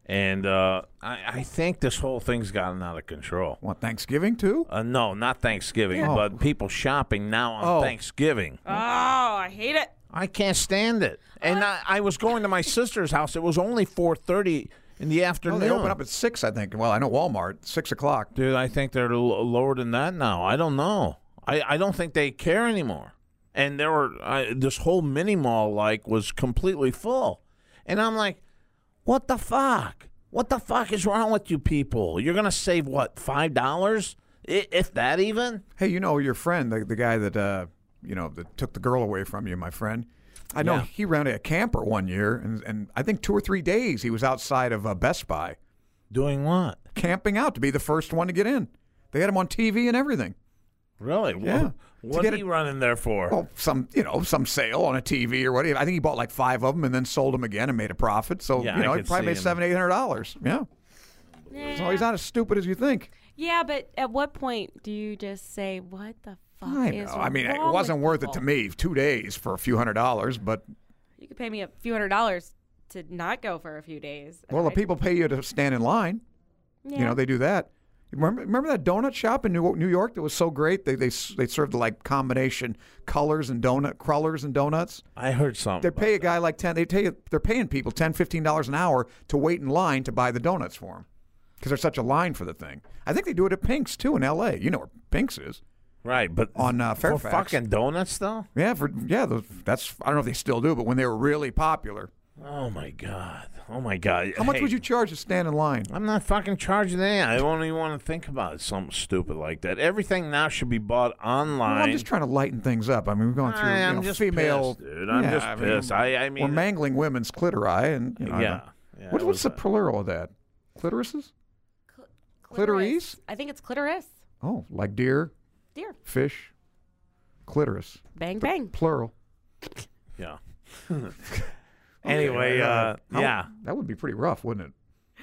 Speaker 3: and uh, I, I think this whole thing's gotten out of control.
Speaker 4: what Thanksgiving too?
Speaker 3: Uh, no, not Thanksgiving,
Speaker 4: Yeah.
Speaker 3: but people shopping now on
Speaker 4: Oh.
Speaker 3: Thanksgiving.
Speaker 5: Oh, I hate it.
Speaker 3: I can't stand it. And I, I was going to my sister's house. It was only four thirty in the
Speaker 4: Oh,
Speaker 3: afternoon.
Speaker 4: they open up at six, I think. Well, I know Walmart six o'clock.
Speaker 3: Dude, I think they're l- lower than that now. I don't know. I, I don't think they care anymore. And there were I, this whole mini mall like was completely full, and I'm like, what the fuck? What the fuck is wrong with you people? You're gonna save what five dollars, if that even?
Speaker 4: Hey, you know your friend, the, the guy that uh, you know that took the girl away from you, my friend. I know
Speaker 3: Yeah.
Speaker 4: he rented a camper one year, and, and I think two or three days he was outside of uh, Best Buy
Speaker 3: Doing what?
Speaker 4: camping out to be the first one to get in. They had him on TV and everything.
Speaker 3: Really?
Speaker 4: Yeah.
Speaker 3: What,
Speaker 4: To
Speaker 3: what
Speaker 4: get
Speaker 3: are
Speaker 4: a-
Speaker 3: you running there for?
Speaker 4: Well, some you know some sale on a TV or whatever. I think he bought like five of them and then sold them again and made a profit. So
Speaker 3: Yeah,
Speaker 4: you
Speaker 3: I
Speaker 4: know he
Speaker 3: could see
Speaker 4: probably made
Speaker 3: him.
Speaker 4: seven eight hundred dollars. Yeah. So he's not as stupid as you think.
Speaker 5: Yeah, but at what point do you just say, "What the fuck
Speaker 4: I
Speaker 5: is
Speaker 4: know. I mean, it
Speaker 5: wrong
Speaker 4: wasn't
Speaker 5: with
Speaker 4: worth it
Speaker 5: people?"
Speaker 4: to me. Two days for a few hundred dollars, but
Speaker 5: You could pay me a few hundred dollars to not go for a few days.
Speaker 4: well, the
Speaker 5: I-
Speaker 4: people pay you to stand in line. You
Speaker 5: Yeah.
Speaker 4: know, they do that. Remember, remember that donut shop in New, New York that was so great? They, they they served like combination colors and donut crullers and donuts.
Speaker 3: I heard something.
Speaker 4: They
Speaker 3: about
Speaker 4: pay a guy like ten. They tell you they're paying people ten, fifteen dollars an hour to wait in line to buy the donuts for them because there's such a line for the thing. I think they do it at Pink's too in L.A. You know where Pink's is?
Speaker 3: Right, but
Speaker 4: On, uh,
Speaker 3: for
Speaker 4: Fairfax.
Speaker 3: fucking donuts though.
Speaker 4: Yeah, for yeah. those that's I don't know if they still do, but when they were really popular,
Speaker 3: Oh my god! Oh my god!
Speaker 4: how much
Speaker 3: Hey,
Speaker 4: would you charge to stand in line?
Speaker 3: I'm not fucking charging any. I don't even want to think about something stupid like that. Everything now should be bought online.
Speaker 4: Well, I'm just trying to lighten things up. I mean, we're going through
Speaker 3: I
Speaker 4: you
Speaker 3: am
Speaker 4: know,
Speaker 3: just
Speaker 4: female.
Speaker 3: pissed, dude. I'm just
Speaker 4: mean,
Speaker 3: pissed. I- I mean-
Speaker 4: we're mangling women's clitori, and you know, I
Speaker 3: Yeah.
Speaker 4: don't-
Speaker 3: Yeah,
Speaker 4: What-
Speaker 3: it was
Speaker 4: what's the
Speaker 3: a-
Speaker 4: plural of that? Clitorises?
Speaker 5: Cl-
Speaker 4: Clitoris?
Speaker 5: I think it's clitoris.
Speaker 4: Oh, like deer,
Speaker 5: Dear,
Speaker 4: fish, clitoris,
Speaker 5: bang bang.
Speaker 4: plural. [LAUGHS]
Speaker 3: Yeah. anyway,
Speaker 4: Okay,
Speaker 3: uh,
Speaker 4: how-
Speaker 3: yeah.
Speaker 4: that would be pretty rough, wouldn't it?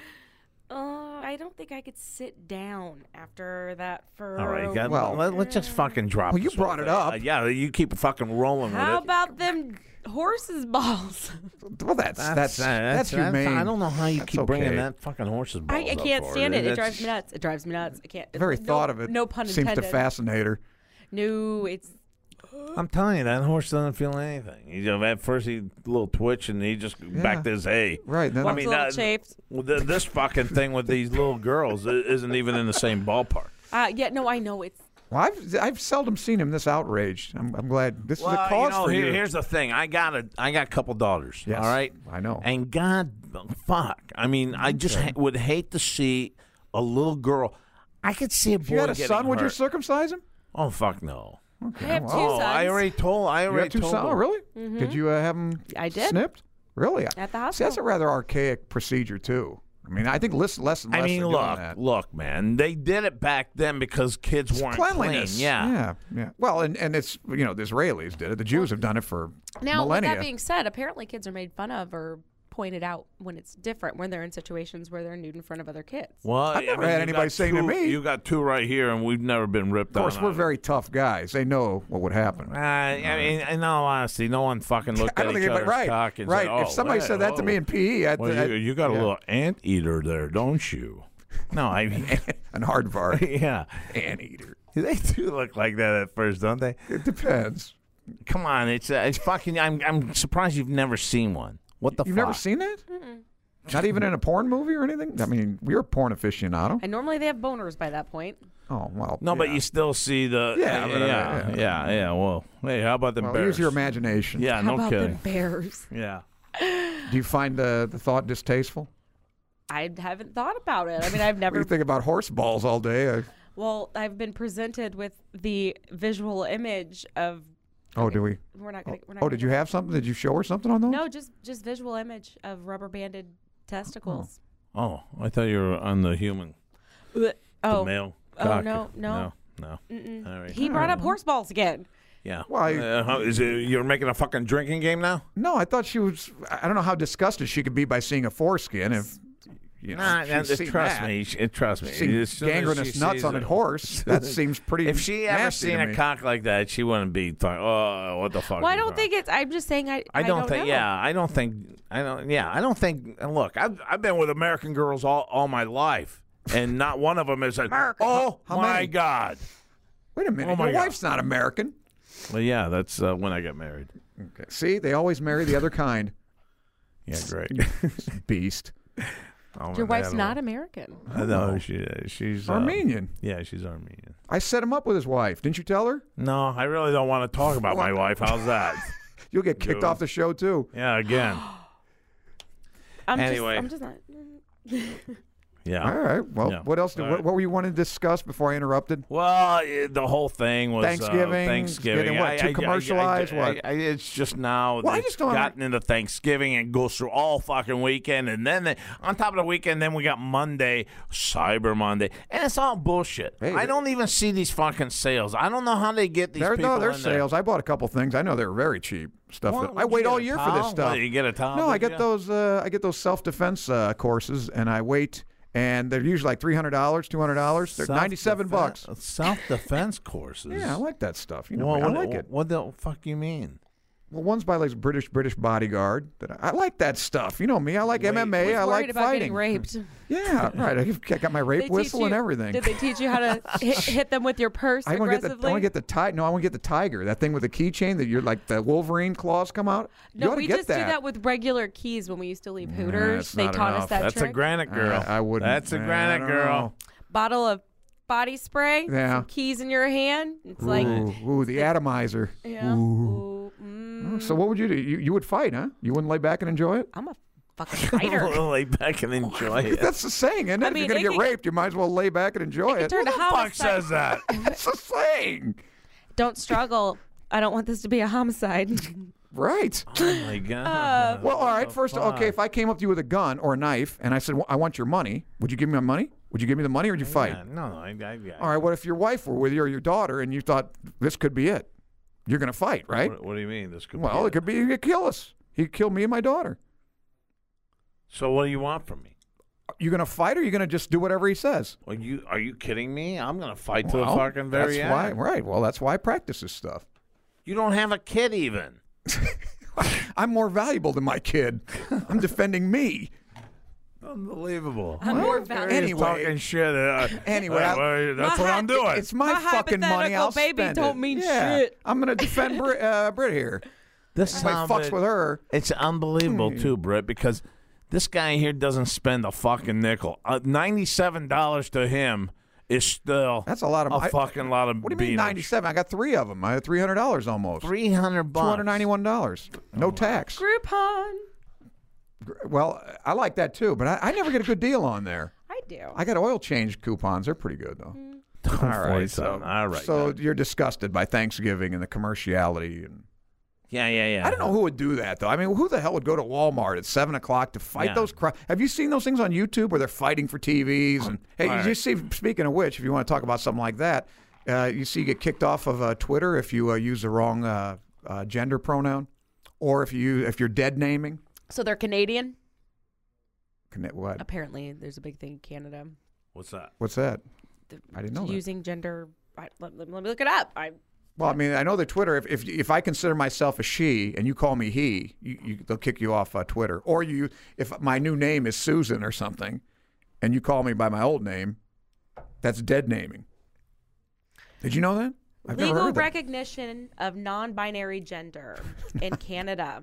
Speaker 5: Uh, I don't think I could sit down after that for.
Speaker 3: All right, God,
Speaker 4: Well-
Speaker 3: let, us just fucking drop.
Speaker 4: Well, you
Speaker 3: this whole
Speaker 4: brought it
Speaker 3: thing.
Speaker 4: up.
Speaker 3: Uh, yeah, you keep fucking rolling with
Speaker 5: How
Speaker 3: it.
Speaker 5: about them horses [LAUGHS] balls?
Speaker 4: Well, that's that's that's,
Speaker 3: that's,
Speaker 4: humane.
Speaker 3: I don't know how you
Speaker 4: That's
Speaker 3: keep bringing
Speaker 4: okay.
Speaker 3: that fucking horse's balls.
Speaker 5: I, I
Speaker 3: up
Speaker 5: can't
Speaker 3: for
Speaker 5: stand it.
Speaker 3: That's-
Speaker 5: It drives me nuts. It drives me nuts. I can't.
Speaker 4: The very
Speaker 5: no-
Speaker 4: thought of it.
Speaker 5: No pun
Speaker 4: seems
Speaker 5: intended.
Speaker 4: to fascinate her.
Speaker 5: No, it's
Speaker 3: I'm telling you, that horse doesn't feel anything. He, you know, at first he a little twitch, and he just back to his hay.
Speaker 4: Right. Then
Speaker 3: I
Speaker 5: Walks
Speaker 3: mean,
Speaker 5: a little
Speaker 3: that-
Speaker 5: chafed.
Speaker 3: well, th- this fucking thing with these little girls i- isn't even in the same ballpark.
Speaker 5: uh, yeah. No, I know it's.
Speaker 4: well, I've I've seldom seen him this outraged. I'm, I'm glad this is a cause for
Speaker 3: here-
Speaker 4: you.
Speaker 3: here's the thing. I got a, I got a couple daughters.
Speaker 4: Yes,
Speaker 3: all right,
Speaker 4: I know.
Speaker 3: And God, fuck. I mean, I just ha- would hate to see a little girl. I could see a boy
Speaker 4: if you had a
Speaker 3: getting
Speaker 4: son, would you
Speaker 3: hurt.
Speaker 4: circumcise him?
Speaker 3: Oh fuck no.
Speaker 4: Okay.
Speaker 5: I have two
Speaker 3: oh,
Speaker 5: sons
Speaker 3: I already told. I
Speaker 4: You
Speaker 3: already
Speaker 4: had two
Speaker 3: told.
Speaker 4: sons.
Speaker 3: them.
Speaker 4: Oh, really? Did you uh, have them?
Speaker 5: Mm-hmm. I did.
Speaker 4: Snipped? Really?
Speaker 5: at the
Speaker 4: See,
Speaker 5: hospital.
Speaker 4: that's a rather archaic procedure too. I mean, I think less less and less
Speaker 3: I mean,
Speaker 4: are
Speaker 3: look,
Speaker 4: doing that.
Speaker 3: look, man. They did it back then because kids weren't
Speaker 4: Cleanliness.
Speaker 3: clean. Yeah.
Speaker 4: yeah, yeah. Well, and, and it's you know the Israelis did it. The Jews have done it for
Speaker 5: Now,
Speaker 4: millennia.
Speaker 5: with that being said, apparently kids are made fun of or pointed out when it's different, when they're in situations where they're nude in front of other kids.
Speaker 3: Well,
Speaker 4: I've never
Speaker 3: I mean,
Speaker 4: had
Speaker 3: you
Speaker 4: anybody
Speaker 3: got
Speaker 4: say to
Speaker 3: two-
Speaker 4: me-
Speaker 3: You got two right here, and we've never been ripped.
Speaker 4: of course, we're very tough guys. They know what would happen.
Speaker 3: Uh, I mean, in all honesty, no one fucking looked
Speaker 4: [LAUGHS] I
Speaker 3: at
Speaker 4: don't
Speaker 3: each
Speaker 4: think anybody.
Speaker 3: other's
Speaker 4: Right,
Speaker 3: cock and
Speaker 4: right.
Speaker 3: said, oh,
Speaker 4: if somebody
Speaker 3: hey,
Speaker 4: said that to
Speaker 3: whoa."
Speaker 4: me in PE, I'd,
Speaker 3: Well,
Speaker 4: I'd
Speaker 3: you, you got a
Speaker 4: yeah.
Speaker 3: little anteater there, don't you? No, I
Speaker 4: [LAUGHS]
Speaker 3: mean,
Speaker 4: [LAUGHS]
Speaker 3: [LAUGHS]
Speaker 4: an hard var
Speaker 3: yeah.
Speaker 4: anteater.
Speaker 3: They do look like that at first, don't they?
Speaker 4: It depends.
Speaker 3: Come on, it's uh, it's fucking. I'm I'm surprised you've never seen one. What the
Speaker 4: You've
Speaker 3: fuck?
Speaker 4: never seen that? Not even in a porn movie or anything. I mean, you're a porn aficionado.
Speaker 5: And normally they have boners by that point.
Speaker 4: Oh well.
Speaker 3: No, but
Speaker 4: yeah.
Speaker 3: you still see the.
Speaker 4: Yeah,
Speaker 3: uh,
Speaker 4: but I mean,
Speaker 3: yeah,
Speaker 4: yeah.
Speaker 3: yeah, yeah, Well, hey, how about the
Speaker 4: Well,
Speaker 3: bears?
Speaker 4: use your imagination.
Speaker 3: yeah,
Speaker 5: How
Speaker 3: no
Speaker 5: about
Speaker 3: kidding.
Speaker 5: them bears?
Speaker 3: Yeah.
Speaker 4: Do you find the, the thought distasteful?
Speaker 5: I haven't thought about it. I mean,
Speaker 3: [LAUGHS]
Speaker 4: What
Speaker 5: I've
Speaker 4: do
Speaker 5: never.
Speaker 4: you think about horse balls all day? Uh,
Speaker 5: Well, I've been presented with the visual image of
Speaker 4: Oh, do we?
Speaker 5: We're not
Speaker 4: Oh,
Speaker 5: gonna. we're not
Speaker 4: oh,
Speaker 5: gonna
Speaker 4: did
Speaker 5: go
Speaker 4: you
Speaker 5: there.
Speaker 4: have something? Did you show her something on those?
Speaker 5: No, just just visual image of rubber banded testicles.
Speaker 3: Oh, I thought you were on the human,
Speaker 5: Blech.
Speaker 3: the
Speaker 5: Oh,
Speaker 3: male.
Speaker 5: Oh,
Speaker 3: cock.
Speaker 5: no, no.
Speaker 3: no, no.
Speaker 5: mm-mm.
Speaker 3: All right.
Speaker 5: he brought up horse balls again.
Speaker 3: Yeah.
Speaker 4: Why-
Speaker 3: Uh, how, is it, you're making a fucking drinking game now?
Speaker 4: No, I thought she was. I I don't know how disgusted she could be by seeing a foreskin. If you know,
Speaker 3: Nah,
Speaker 4: she's
Speaker 3: nah,
Speaker 4: seen
Speaker 3: trust
Speaker 4: that.
Speaker 3: me. sh- Trust me.
Speaker 4: Seen
Speaker 3: As soon as
Speaker 4: gangrenous
Speaker 3: she
Speaker 4: nuts
Speaker 3: sees
Speaker 4: on a
Speaker 3: it-
Speaker 4: horse.
Speaker 3: [LAUGHS]
Speaker 4: That seems pretty.
Speaker 3: If she ever
Speaker 4: nasty to
Speaker 3: seen a
Speaker 4: me.
Speaker 3: cock like that, she wouldn't be. Th- oh, what the fuck?
Speaker 5: Well, I
Speaker 3: is
Speaker 5: don't
Speaker 3: wrong?"
Speaker 5: think it's. I'm just saying. I.
Speaker 3: I don't, think.
Speaker 5: know.
Speaker 3: Yeah, I don't think. I don't. Yeah, I don't think. and Look, I've I've been with American girls all all my life, and not one of them has said, "Oh
Speaker 4: how
Speaker 3: my
Speaker 4: many?"
Speaker 3: God."
Speaker 4: Wait a minute,
Speaker 3: Oh, my
Speaker 4: your
Speaker 3: God.
Speaker 4: wife's not American.
Speaker 3: Well, yeah, that's uh, when I got married.
Speaker 4: Okay. See, they always marry the
Speaker 3: [LAUGHS]
Speaker 4: other kind.
Speaker 3: Yeah,
Speaker 5: [LAUGHS]
Speaker 3: great.
Speaker 4: Beast.
Speaker 3: Oh,
Speaker 5: Your
Speaker 3: man,
Speaker 5: wife's
Speaker 3: I
Speaker 5: not American.
Speaker 3: don't- No, she she's uh,
Speaker 4: Armenian.
Speaker 3: Yeah, she's Armenian.
Speaker 4: I set him up with his wife. Didn't you tell her?
Speaker 3: No, I really don't want to talk about my wife. How's
Speaker 4: [LAUGHS]
Speaker 3: that?
Speaker 4: You'll get kicked
Speaker 3: No.
Speaker 4: off the show too.
Speaker 3: yeah, again.
Speaker 5: I'm
Speaker 3: Anyway.
Speaker 5: Just, I'm just not.
Speaker 4: All
Speaker 3: Uh, Yeah.
Speaker 4: right. Well,
Speaker 3: No.
Speaker 4: what else? Did,
Speaker 3: All
Speaker 4: What,
Speaker 3: right.
Speaker 4: what were you wanting to discuss before I interrupted?
Speaker 3: Well, eh, the whole thing was uh,
Speaker 4: Thanksgiving,
Speaker 3: Thanksgiving.
Speaker 4: getting what,
Speaker 3: I-
Speaker 4: too
Speaker 3: I- I- I-
Speaker 4: commercialized,
Speaker 3: I-
Speaker 4: what?
Speaker 3: I- it's just now
Speaker 4: Well, I
Speaker 3: it's
Speaker 4: just don't
Speaker 3: gotten into Thanksgiving and goes through all fucking weekend, and then the, on top of the weekend, then we got Monday, Cyber Monday, and it's all bullshit.
Speaker 4: Hey,
Speaker 3: I
Speaker 4: th-
Speaker 3: don't even see these fucking sales. I don't know how they get these
Speaker 4: There,
Speaker 3: people.
Speaker 4: no, there's
Speaker 3: in there.
Speaker 4: sales. I bought a couple things. I know they're very cheap stuff.
Speaker 3: What,
Speaker 4: that- I
Speaker 3: what'd
Speaker 4: wait
Speaker 3: you
Speaker 4: all
Speaker 3: get, a
Speaker 4: year for this
Speaker 3: towel?
Speaker 4: stuff.
Speaker 3: What, you get a towel?
Speaker 4: No,
Speaker 3: did
Speaker 4: I
Speaker 3: you?
Speaker 4: get those. Uh, I get those self defense uh, courses, and I wait, and they're usually like three hundred dollars, two hundred dollars. They're ninety seven bucks.
Speaker 3: Self-defen- Self-defense courses.
Speaker 4: Yeah, I like that stuff. You know,
Speaker 3: Well,
Speaker 4: me,
Speaker 3: what,
Speaker 4: I like it.
Speaker 3: What the fuck you mean?
Speaker 4: Well, one's by like British British bodyguard. That I, I like that stuff. You know me. I like MMA.
Speaker 5: Worried
Speaker 4: I like
Speaker 5: about
Speaker 4: fighting.
Speaker 5: getting raped. [LAUGHS]
Speaker 4: Yeah, right. I I got my
Speaker 5: They
Speaker 4: rape
Speaker 5: teach
Speaker 4: whistle
Speaker 5: you-
Speaker 4: and everything.
Speaker 5: Did they teach you
Speaker 4: [LAUGHS]
Speaker 5: how to hit, hit them with your purse
Speaker 4: I want to get the I
Speaker 5: aggressively?
Speaker 4: want to get the tiger. No, I want to get the tiger. That thing with the keychain that you're like the Wolverine claws come out. you
Speaker 5: no,
Speaker 4: ought
Speaker 5: we
Speaker 4: to get
Speaker 5: just
Speaker 4: that.
Speaker 5: do that with regular keys when we used to leave
Speaker 4: that's
Speaker 5: Hooters. they
Speaker 4: not
Speaker 5: taught
Speaker 4: enough.
Speaker 5: us that
Speaker 3: That's
Speaker 5: trick.
Speaker 3: a granite girl.
Speaker 4: I, I wouldn't.
Speaker 3: That's a
Speaker 4: Yeah, I
Speaker 3: granite
Speaker 4: don't
Speaker 3: girl.
Speaker 4: know.
Speaker 5: Bottle of body spray,
Speaker 4: Yeah.
Speaker 5: some keys in your hand. It's like,
Speaker 4: ooh, ooh, the atomizer.
Speaker 5: yeah. Ooh. mm.
Speaker 4: So what would you do? You, you would fight, huh? You wouldn't lay back and enjoy it?
Speaker 5: I'm a fucking fighter.
Speaker 3: [LAUGHS] We'll lay back
Speaker 4: [LAUGHS]
Speaker 3: and enjoy it.
Speaker 4: That's the saying, isn't it?
Speaker 5: I
Speaker 4: if
Speaker 5: mean,
Speaker 4: you're gonna
Speaker 5: it
Speaker 4: get
Speaker 5: could-
Speaker 4: raped, you might as well lay back and enjoy it.
Speaker 5: Turn to
Speaker 3: Fuck
Speaker 5: homicide.
Speaker 3: says [LAUGHS] that.
Speaker 4: That's the saying,
Speaker 5: Don't struggle. I don't want this to be
Speaker 4: [LAUGHS]
Speaker 5: a homicide.
Speaker 4: right?
Speaker 3: oh
Speaker 4: [LAUGHS]
Speaker 3: my god.
Speaker 4: Uh, Well, all right. First, okay, if I came up to you with a gun or a knife and I said, well, "I want your money," would you give me my money? Would you give me the money, or would you fight?
Speaker 3: Yeah, no, no, I, I, I,
Speaker 4: All right. What if your wife were with you or your daughter, and you thought this could be it? You're gonna fight, right?
Speaker 3: What, what do you mean? This could
Speaker 4: well,
Speaker 3: be
Speaker 4: it could be he could kill us. He could kill me and my daughter.
Speaker 3: So, what do you want from me?
Speaker 4: You gonna fight, or you gonna just do whatever he says?
Speaker 3: Are you are you kidding me? I'm gonna fight to
Speaker 4: Well,
Speaker 3: the fucking very
Speaker 4: that's
Speaker 3: end.
Speaker 4: why, right? Well, that's why I practice this stuff.
Speaker 3: You don't have a kid even.
Speaker 4: I'm more valuable than my kid. I'm
Speaker 3: [LAUGHS]
Speaker 4: defending me.
Speaker 3: Unbelievable.
Speaker 5: I'm more valuable.
Speaker 4: anyway,
Speaker 3: Talking shit. uh,
Speaker 4: [LAUGHS] Anyway,
Speaker 3: uh,
Speaker 4: I-
Speaker 3: well, that's
Speaker 5: My
Speaker 3: what I'm
Speaker 5: hy-
Speaker 3: doing.
Speaker 4: it's my,
Speaker 5: My
Speaker 4: fucking money. I'll
Speaker 5: hypothetical baby
Speaker 4: spend
Speaker 5: don't
Speaker 4: it.
Speaker 5: mean
Speaker 4: Yeah,
Speaker 5: shit.
Speaker 4: I'm gonna defend
Speaker 5: [LAUGHS]
Speaker 4: Brit, uh, Brit here.
Speaker 3: this
Speaker 4: If I fucks with her.
Speaker 3: It's unbelievable
Speaker 4: Hmm.
Speaker 3: too, Brett, because this guy here doesn't spend a fucking nickel. Uh, Ninety-seven dollars to him is still
Speaker 4: That's a lot of
Speaker 3: a
Speaker 4: I-
Speaker 3: fucking lot of.
Speaker 4: What do you mean ninety-seven? I got three of them. I had three hundred dollars almost. Two
Speaker 3: Three hundred bucks. [LAUGHS]
Speaker 4: hundred ninety-one dollars. No tax.
Speaker 5: Groupon.
Speaker 4: Well, I like that too, but I, I never get a good deal on there.
Speaker 5: I do.
Speaker 4: I got oil change coupons. They're pretty good though. All right. So,
Speaker 3: Mm. all right.
Speaker 4: So you're disgusted by Thanksgiving and the commerciality. And
Speaker 3: yeah, yeah, yeah.
Speaker 4: I don't know who would do that though. I mean, who the hell would go to Walmart at seven o'clock to fight
Speaker 3: Yeah.
Speaker 4: those? Cro- Have you seen those things on YouTube where they're fighting for TVs? And hey,
Speaker 3: all
Speaker 4: you see. Speaking of which, if you want to talk about something like that, uh, you see, you get kicked off of uh, Twitter if you uh, use the wrong uh, uh, gender pronoun, or if you if you're dead naming.
Speaker 5: So they're Canadian.
Speaker 4: Connect what?
Speaker 5: Apparently, there's a big thing in Canada.
Speaker 3: What's that?
Speaker 4: What's that?
Speaker 5: The-
Speaker 4: I didn't know that.
Speaker 5: Using gender. I, let, let- let me look it up. I
Speaker 4: Well, I mean, I know that Twitter. If, if if I consider myself a she and you call me he, you, you, they'll kick you off uh, Twitter. Or you, if my new name is Susan or something, and you call me by my old name, that's dead naming. Did you know that? I've never
Speaker 5: legal
Speaker 4: heard that.
Speaker 5: recognition of non-binary gender
Speaker 4: [LAUGHS]
Speaker 5: in Canada.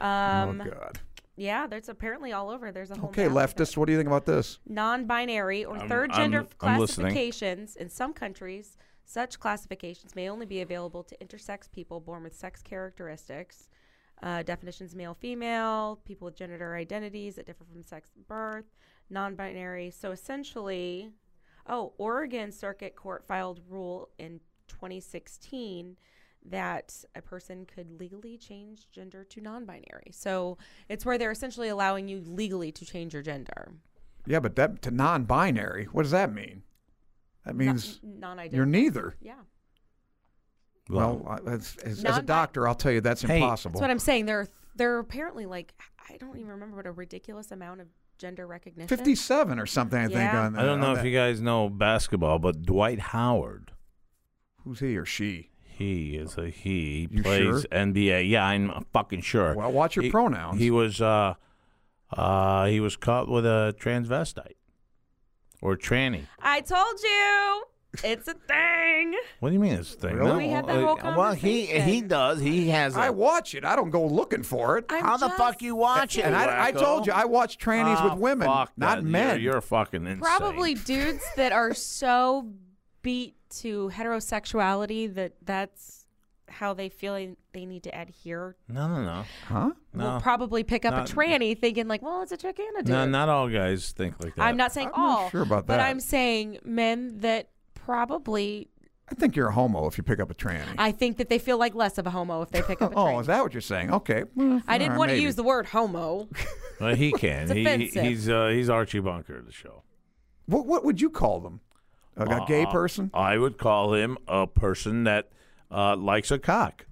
Speaker 5: Um,
Speaker 4: oh God.
Speaker 5: yeah, there's apparently all over. There's a whole
Speaker 4: Okay,
Speaker 5: map of it.
Speaker 4: leftists, what do you think about this?
Speaker 5: non-binary or
Speaker 3: I'm-
Speaker 5: third
Speaker 3: I'm-
Speaker 5: gender
Speaker 3: I'm listening.
Speaker 5: classifications in some countries such classifications may only be available to intersex people born with sex characteristics uh, definitions male female people with gender identities that differ from sex at birth non-binary so essentially oh oregon circuit court filed rule in 2016 that a person could legally change gender to non-binary. So it's where they're essentially allowing you legally to change your gender.
Speaker 4: Yeah, but that to non-binary, what does that mean? That
Speaker 5: Non-
Speaker 4: means
Speaker 5: non-identical.
Speaker 4: you're neither.
Speaker 5: Yeah.
Speaker 4: Well, I- as, as, as a
Speaker 5: Non-bi-
Speaker 4: doctor, I'll tell you that's
Speaker 3: Hey,
Speaker 4: impossible.
Speaker 5: That's what I'm saying. There are there are apparently like I don't even remember what a ridiculous amount of gender recognition.
Speaker 4: Fifty-seven or something, I think.
Speaker 5: Yeah.
Speaker 4: On the,
Speaker 3: I don't
Speaker 4: on
Speaker 3: know if
Speaker 4: that.
Speaker 3: you guys know basketball, but Dwight Howard,
Speaker 4: who's he or she.
Speaker 3: he is a he. He
Speaker 4: You
Speaker 3: plays
Speaker 4: sure?
Speaker 3: NBA. Yeah, I'm fucking sure.
Speaker 4: Well, watch your
Speaker 3: He-
Speaker 4: pronouns.
Speaker 3: He was uh, uh, he was caught with a transvestite or tranny.
Speaker 5: I told you. It's a thing.
Speaker 3: What do you mean this thing?
Speaker 4: Really?
Speaker 5: We had that
Speaker 3: uh,
Speaker 5: whole
Speaker 3: well, he he
Speaker 5: conversation.
Speaker 3: does. He has.
Speaker 4: I
Speaker 3: a-
Speaker 4: watch it. I don't go looking for it.
Speaker 5: I'm
Speaker 3: how the
Speaker 5: just-
Speaker 3: fuck you watch it?
Speaker 4: and I, I
Speaker 3: wacko?
Speaker 4: told you, I watch trannies
Speaker 3: Oh,
Speaker 4: with women,
Speaker 3: fuck
Speaker 4: not
Speaker 3: that.
Speaker 4: men.
Speaker 3: You're, you're fucking insane.
Speaker 5: probably dudes that are so beat to heterosexuality that that's how they feel they- they need to adhere.
Speaker 3: No, no,
Speaker 5: [LAUGHS]
Speaker 3: no.
Speaker 4: huh?
Speaker 5: will
Speaker 3: No.
Speaker 5: probably pick up
Speaker 3: not-
Speaker 5: a tranny thinking like, well, it's a chick and a dude.
Speaker 3: No, not all guys think like that.
Speaker 5: I'm not saying
Speaker 4: I'm not
Speaker 5: all,
Speaker 4: sure about
Speaker 5: but
Speaker 4: that.
Speaker 5: I'm saying men that probably
Speaker 4: I think you're a homo if you pick up a tranny.
Speaker 5: I think that they feel like less of a homo if they pick up a
Speaker 4: [LAUGHS] oh,
Speaker 5: tranny.
Speaker 4: is that what you're saying? Okay. Well,
Speaker 5: I
Speaker 4: all
Speaker 5: didn't
Speaker 4: right,
Speaker 5: want to
Speaker 4: maybe.
Speaker 5: use the word
Speaker 4: [LAUGHS]
Speaker 5: homo.
Speaker 3: Well, he can.
Speaker 5: [LAUGHS] It's
Speaker 3: he, he-
Speaker 5: offensive.
Speaker 3: he's uh, he's Archie Bunker of the show.
Speaker 4: What, what would you call them? A, a gay
Speaker 3: Uh,
Speaker 4: person?
Speaker 3: I would call him a person that uh, likes a cock.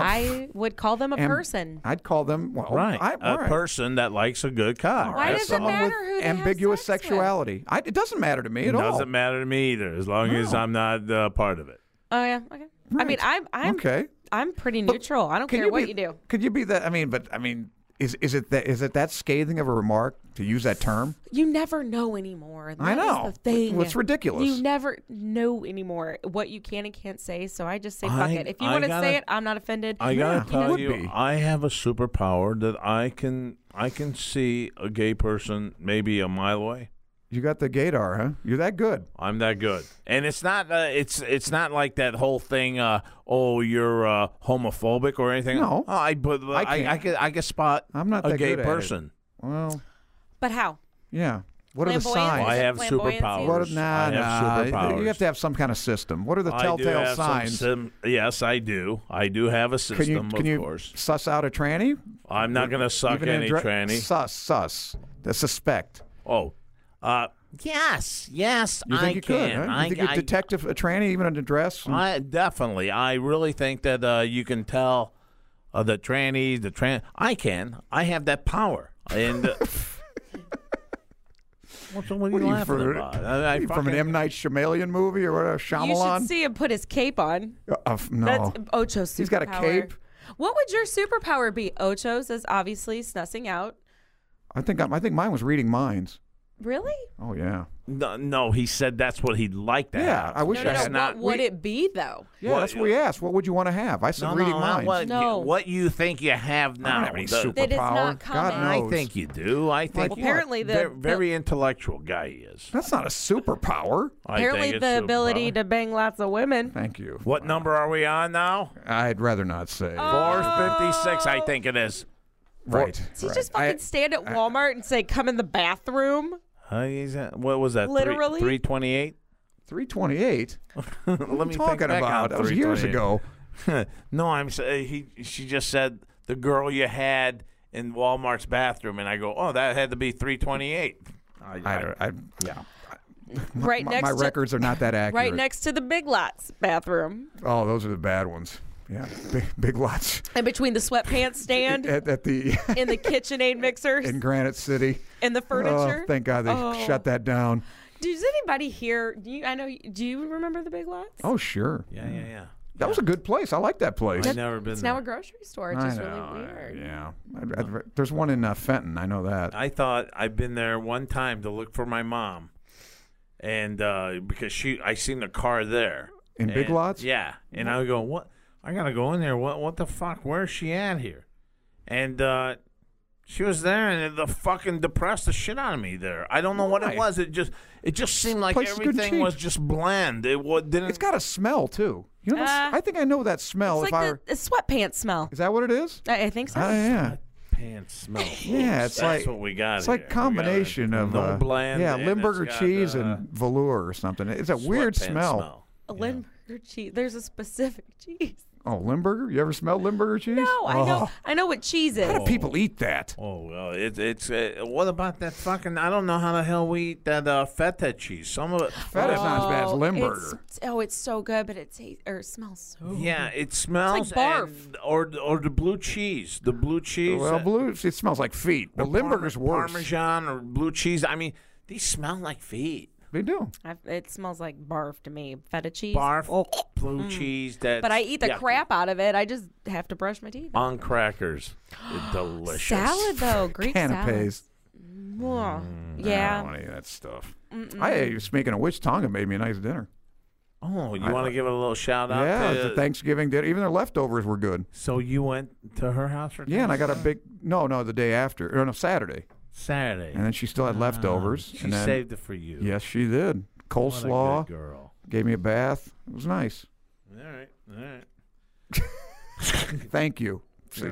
Speaker 5: I would call them a
Speaker 4: Am-
Speaker 5: person.
Speaker 4: I'd call them well,
Speaker 3: Right.
Speaker 4: Oh, I, all
Speaker 3: a
Speaker 4: right.
Speaker 3: person that likes a good
Speaker 4: All
Speaker 3: cock.
Speaker 5: Why
Speaker 4: right,
Speaker 5: does it
Speaker 4: someone
Speaker 5: matter
Speaker 4: with
Speaker 5: who they have
Speaker 4: ambiguous
Speaker 5: sex with?
Speaker 4: sexuality? I, it doesn't matter to me
Speaker 3: It
Speaker 4: at all.
Speaker 3: doesn't matter to me either, as long as
Speaker 4: No.
Speaker 3: I'm not uh, part of it.
Speaker 5: Oh yeah, okay. I
Speaker 4: Right.
Speaker 5: mean, I'm I'm
Speaker 4: Okay.
Speaker 5: I'm pretty
Speaker 4: But
Speaker 5: neutral. I don't
Speaker 4: Can
Speaker 5: care
Speaker 4: you
Speaker 5: what
Speaker 4: be-
Speaker 5: you do.
Speaker 4: Could you be that? I mean, but I mean, is is it that is it that scathing of a remark to use that term?
Speaker 5: You never know anymore.
Speaker 4: I
Speaker 5: That is
Speaker 4: know.
Speaker 5: the thing.
Speaker 4: Well, it's ridiculous.
Speaker 5: You never know anymore what you can and can't say. So I just say fuck
Speaker 3: I-
Speaker 5: it. If you
Speaker 3: I
Speaker 5: want to
Speaker 3: gotta-
Speaker 5: say it, I'm not offended.
Speaker 3: I
Speaker 4: Yeah,
Speaker 3: gotta
Speaker 4: he
Speaker 3: tell
Speaker 4: would
Speaker 3: you,
Speaker 4: be.
Speaker 3: I have a superpower that I can I can see a gay person maybe a mile away.
Speaker 4: You got the gaydar, huh? You're that good.
Speaker 3: I'm that good, and it's not uh, it's it's not like that whole thing. Uh, oh, you're uh, homophobic or anything.
Speaker 4: No.
Speaker 3: oh, I but I
Speaker 4: can't.
Speaker 3: I, could I could spot
Speaker 4: I'm not
Speaker 3: a
Speaker 4: that
Speaker 3: gay
Speaker 4: good at it.
Speaker 3: person.
Speaker 4: Well,
Speaker 5: but how?
Speaker 4: yeah. What are the
Speaker 5: Flamboyance?
Speaker 4: signs?
Speaker 3: Well, I have
Speaker 5: Flamboyancy.
Speaker 3: superpowers.
Speaker 4: What are, nah,
Speaker 3: I
Speaker 4: nah.
Speaker 3: have
Speaker 4: You-
Speaker 3: superpowers.
Speaker 4: You have to have some kind of system. What are the
Speaker 3: I do
Speaker 4: telltale
Speaker 3: have some
Speaker 4: signs?
Speaker 3: sim- yes, I do. I do have a system,
Speaker 4: can you
Speaker 3: of
Speaker 4: can you
Speaker 3: course.
Speaker 4: suss out a tranny?
Speaker 3: I'm not going to suck
Speaker 4: Even in
Speaker 3: any
Speaker 4: dra-
Speaker 3: tranny.
Speaker 4: Sus, sus. The suspect.
Speaker 3: oh, uh, yes, yes,
Speaker 4: You think
Speaker 3: I
Speaker 4: you
Speaker 3: can.
Speaker 4: could? Huh?
Speaker 3: I,
Speaker 4: you think you
Speaker 3: I-
Speaker 4: detect a, a tranny even in a dress? And-
Speaker 3: I- definitely. I really think that uh, you can tell uh, the trannies, the tran. I can. I have that power. And
Speaker 4: [LAUGHS]
Speaker 3: uh, what, what are you
Speaker 4: What are you
Speaker 3: laughing
Speaker 4: for-
Speaker 3: about? I, I
Speaker 4: from an
Speaker 3: fucking-
Speaker 4: M Night Shyamalan movie or whatever,
Speaker 5: You
Speaker 4: Shyamalan.
Speaker 5: should see him put his cape on.
Speaker 4: Uh, uh, f- no,
Speaker 5: That's Ocho's superpower.
Speaker 4: He's got a cape.
Speaker 5: What would your superpower be? Ocho's is obviously snussing out.
Speaker 4: I think I'm, I think mine was reading minds.
Speaker 5: Really?
Speaker 4: Oh yeah,
Speaker 3: No, no, he said that's what he'd like to
Speaker 4: yeah.
Speaker 3: have.
Speaker 4: I wish
Speaker 5: No,
Speaker 4: I
Speaker 5: no, no.
Speaker 4: had.
Speaker 5: What
Speaker 3: not-
Speaker 5: would it be though?
Speaker 4: yeah,
Speaker 3: What-
Speaker 4: that's what we asked. What would you want to have? I said
Speaker 3: No,
Speaker 4: reading
Speaker 3: no, not
Speaker 4: minds.
Speaker 3: what,
Speaker 5: No.
Speaker 3: You, what you think you have now.
Speaker 4: I don't have any
Speaker 3: The-
Speaker 4: superpower.
Speaker 5: That is not
Speaker 4: God
Speaker 5: common.
Speaker 4: knows.
Speaker 3: I think you do. I think
Speaker 5: Well,
Speaker 3: you-
Speaker 5: apparently the-
Speaker 3: very,
Speaker 5: the-
Speaker 3: very intellectual guy he is.
Speaker 4: that's not a superpower.
Speaker 3: I think
Speaker 5: Apparently,
Speaker 3: it's
Speaker 5: the
Speaker 3: a
Speaker 5: ability
Speaker 3: problem.
Speaker 5: to bang lots of women.
Speaker 4: Thank you.
Speaker 3: What number are we on now?
Speaker 4: I'd rather not say.
Speaker 5: Oh,
Speaker 3: Four fifty-six. I think it is.
Speaker 4: Right.
Speaker 5: So you
Speaker 4: right.
Speaker 5: just
Speaker 4: I-
Speaker 5: fucking stand at Walmart and say, "Come in the bathroom."
Speaker 3: Uh, he's at- what was that?
Speaker 5: Literally?
Speaker 3: three [LAUGHS] twenty-eight.
Speaker 4: 328.
Speaker 3: Let me
Speaker 4: I'm
Speaker 3: think
Speaker 4: talking
Speaker 3: back on
Speaker 4: about that was years
Speaker 3: 328.
Speaker 4: ago.
Speaker 3: [LAUGHS] no, I'm. s- uh, He. She just said the girl you had in Walmart's bathroom, and I go, oh, that had to be three twenty-eight.
Speaker 4: I, I, yeah.
Speaker 5: right
Speaker 4: my,
Speaker 5: next
Speaker 4: my
Speaker 5: to
Speaker 4: records are not that accurate.
Speaker 5: [LAUGHS] right next to the Big Lots bathroom,
Speaker 4: Oh, those are the bad ones. Yeah, big, big
Speaker 5: [LAUGHS]
Speaker 4: lots
Speaker 5: and between
Speaker 4: [LAUGHS]
Speaker 5: the sweatpants stand,
Speaker 4: at, at the
Speaker 5: in the KitchenAid mixers,
Speaker 4: in
Speaker 5: [LAUGHS] and,
Speaker 4: Granite City.
Speaker 5: the furniture.
Speaker 4: Oh, thank God they
Speaker 5: Oh.
Speaker 4: shut that down.
Speaker 5: Does anybody here? Do you, I know. Do you remember the Big Lots?
Speaker 4: Oh, sure.
Speaker 3: Yeah, yeah, yeah.
Speaker 4: That was a good place. I like that place.
Speaker 3: I've never been
Speaker 5: it's
Speaker 3: there.
Speaker 5: now a grocery store. It's
Speaker 4: I
Speaker 5: just
Speaker 4: know,
Speaker 5: really
Speaker 4: I-
Speaker 5: weird.
Speaker 4: Yeah. I'd- I'd re- there's one in uh, Fenton. I know that.
Speaker 3: I thought I've been there one time to look for my mom, and uh, because she, I seen the car there
Speaker 4: In Big
Speaker 3: And-
Speaker 4: Lots?
Speaker 3: Yeah, and I was going, what? I gotta go in there. What? What the fuck? Where's she at here? And uh, she was there, and the fucking depressed the shit out of me there. I don't know what
Speaker 4: Why?
Speaker 3: it was. It just, it just seemed like
Speaker 4: place is good and
Speaker 3: everything
Speaker 4: cheap.
Speaker 3: was just bland. It wa- didn't.
Speaker 4: It's got a smell too. You know,
Speaker 5: Uh,
Speaker 4: I think I know that smell.
Speaker 5: It's
Speaker 4: if
Speaker 5: like
Speaker 4: I
Speaker 5: the, the sweatpants smell.
Speaker 4: is that what it is?
Speaker 5: I, I think so.
Speaker 4: Oh yeah.
Speaker 3: pants smell.
Speaker 4: Yeah, it's
Speaker 3: That's
Speaker 4: like
Speaker 3: what we got.
Speaker 4: It's like
Speaker 3: here.
Speaker 4: combination
Speaker 3: we got a-
Speaker 4: of
Speaker 3: no
Speaker 4: uh,
Speaker 3: bland.
Speaker 4: yeah,
Speaker 3: and
Speaker 4: Limburger
Speaker 3: it's got,
Speaker 4: cheese
Speaker 3: uh,
Speaker 4: and velour or something. It's a weird
Speaker 3: sweatpants
Speaker 4: smell.
Speaker 5: A Lindbergh cheese. There's a specific [LAUGHS] cheese.
Speaker 4: Oh, Limburger? You ever smelled Limburger cheese? Oh,
Speaker 5: No, I know. I know what cheese is.
Speaker 4: How do people eat that?
Speaker 3: Oh well, it, it's uh, what about that fucking? I don't know how the hell we eat that uh, feta cheese. Some of it,
Speaker 4: That is not as bad as
Speaker 5: Oh,
Speaker 4: Limburger.
Speaker 5: it's- oh, it's so good, but it tastes or it smells so.
Speaker 3: yeah, it smells
Speaker 5: barf.
Speaker 3: and- or or the blue cheese, the blue cheese.
Speaker 4: Well,
Speaker 3: uh,
Speaker 4: blue, it smells like feet.
Speaker 3: or
Speaker 4: But Limburger's
Speaker 3: Parme-
Speaker 4: worse.
Speaker 3: Parmesan or blue cheese. I mean, these smell like feet.
Speaker 4: They do.
Speaker 5: I, it smells like barf to me. Feta cheese. Oh. Mm.
Speaker 3: Barf, blue cheese. That.
Speaker 5: But I eat the crap out of it. I just have to brush my teeth.
Speaker 3: on crackers.
Speaker 5: [GASPS]
Speaker 3: Delicious Mm,
Speaker 5: Salad though, Greek
Speaker 4: Canapes.
Speaker 5: salad. Mwah.
Speaker 4: I don't
Speaker 5: Yeah.
Speaker 4: want any of that stuff. I, speaking of which, Tonga made me a nice dinner.
Speaker 3: Oh, you want to give it a little shout out?
Speaker 4: yeah,
Speaker 3: to,
Speaker 4: it's a Thanksgiving dinner. Even their leftovers were good.
Speaker 3: So you went to her house for
Speaker 4: Yeah, and I got a big no, no, the day after, or no, Saturday,
Speaker 3: Saturday. Ah,
Speaker 4: and then she still had leftovers.
Speaker 3: She
Speaker 4: and then,
Speaker 3: saved it for you.
Speaker 4: Yes, she did.
Speaker 3: What a good
Speaker 4: Coleslaw
Speaker 3: girl.
Speaker 4: gave me a bath. It was nice.
Speaker 3: All right, all right.
Speaker 4: [LAUGHS] Thank you. See,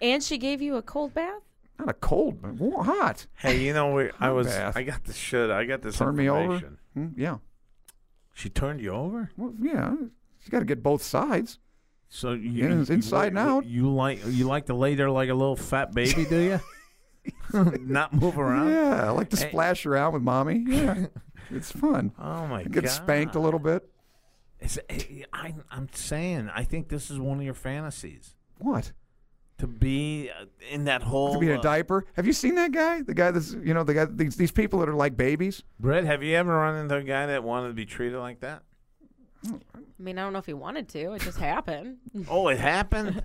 Speaker 5: And she gave you a cold bath?
Speaker 4: Not a cold, but wa- hot.
Speaker 3: Hey, you know we, I was.
Speaker 4: Beth.
Speaker 3: I got this shit. I got this
Speaker 4: Turn me over.
Speaker 3: information.
Speaker 4: Hmm, yeah.
Speaker 3: She turned you over.
Speaker 4: Well, yeah. You got to get both sides.
Speaker 3: So you,
Speaker 4: Yeah, it's
Speaker 3: you-
Speaker 4: inside and
Speaker 3: you-
Speaker 4: out.
Speaker 3: You like you like to lay there like a little fat baby, do
Speaker 4: [LAUGHS]
Speaker 3: you? Not move around.
Speaker 4: Yeah, I like to
Speaker 3: Hey.
Speaker 4: splash around
Speaker 3: [LAUGHS]
Speaker 4: with mommy. Yeah, it's fun.
Speaker 3: Oh my god.
Speaker 4: Get spanked a little bit.
Speaker 3: It's, eh, I, I'm saying, I think this is one of your fantasies
Speaker 4: What?
Speaker 3: to be uh, in that whole.
Speaker 4: To be in a
Speaker 3: uh,
Speaker 4: diaper. Have you seen that guy? The guy that's you know the guy these these people that are like babies.
Speaker 3: Brett, have you ever run into a guy that wanted to be treated like that?
Speaker 5: I mean, I don't know if he wanted to. It
Speaker 3: [LAUGHS]
Speaker 5: just happened.
Speaker 3: [LAUGHS] Oh, it happened.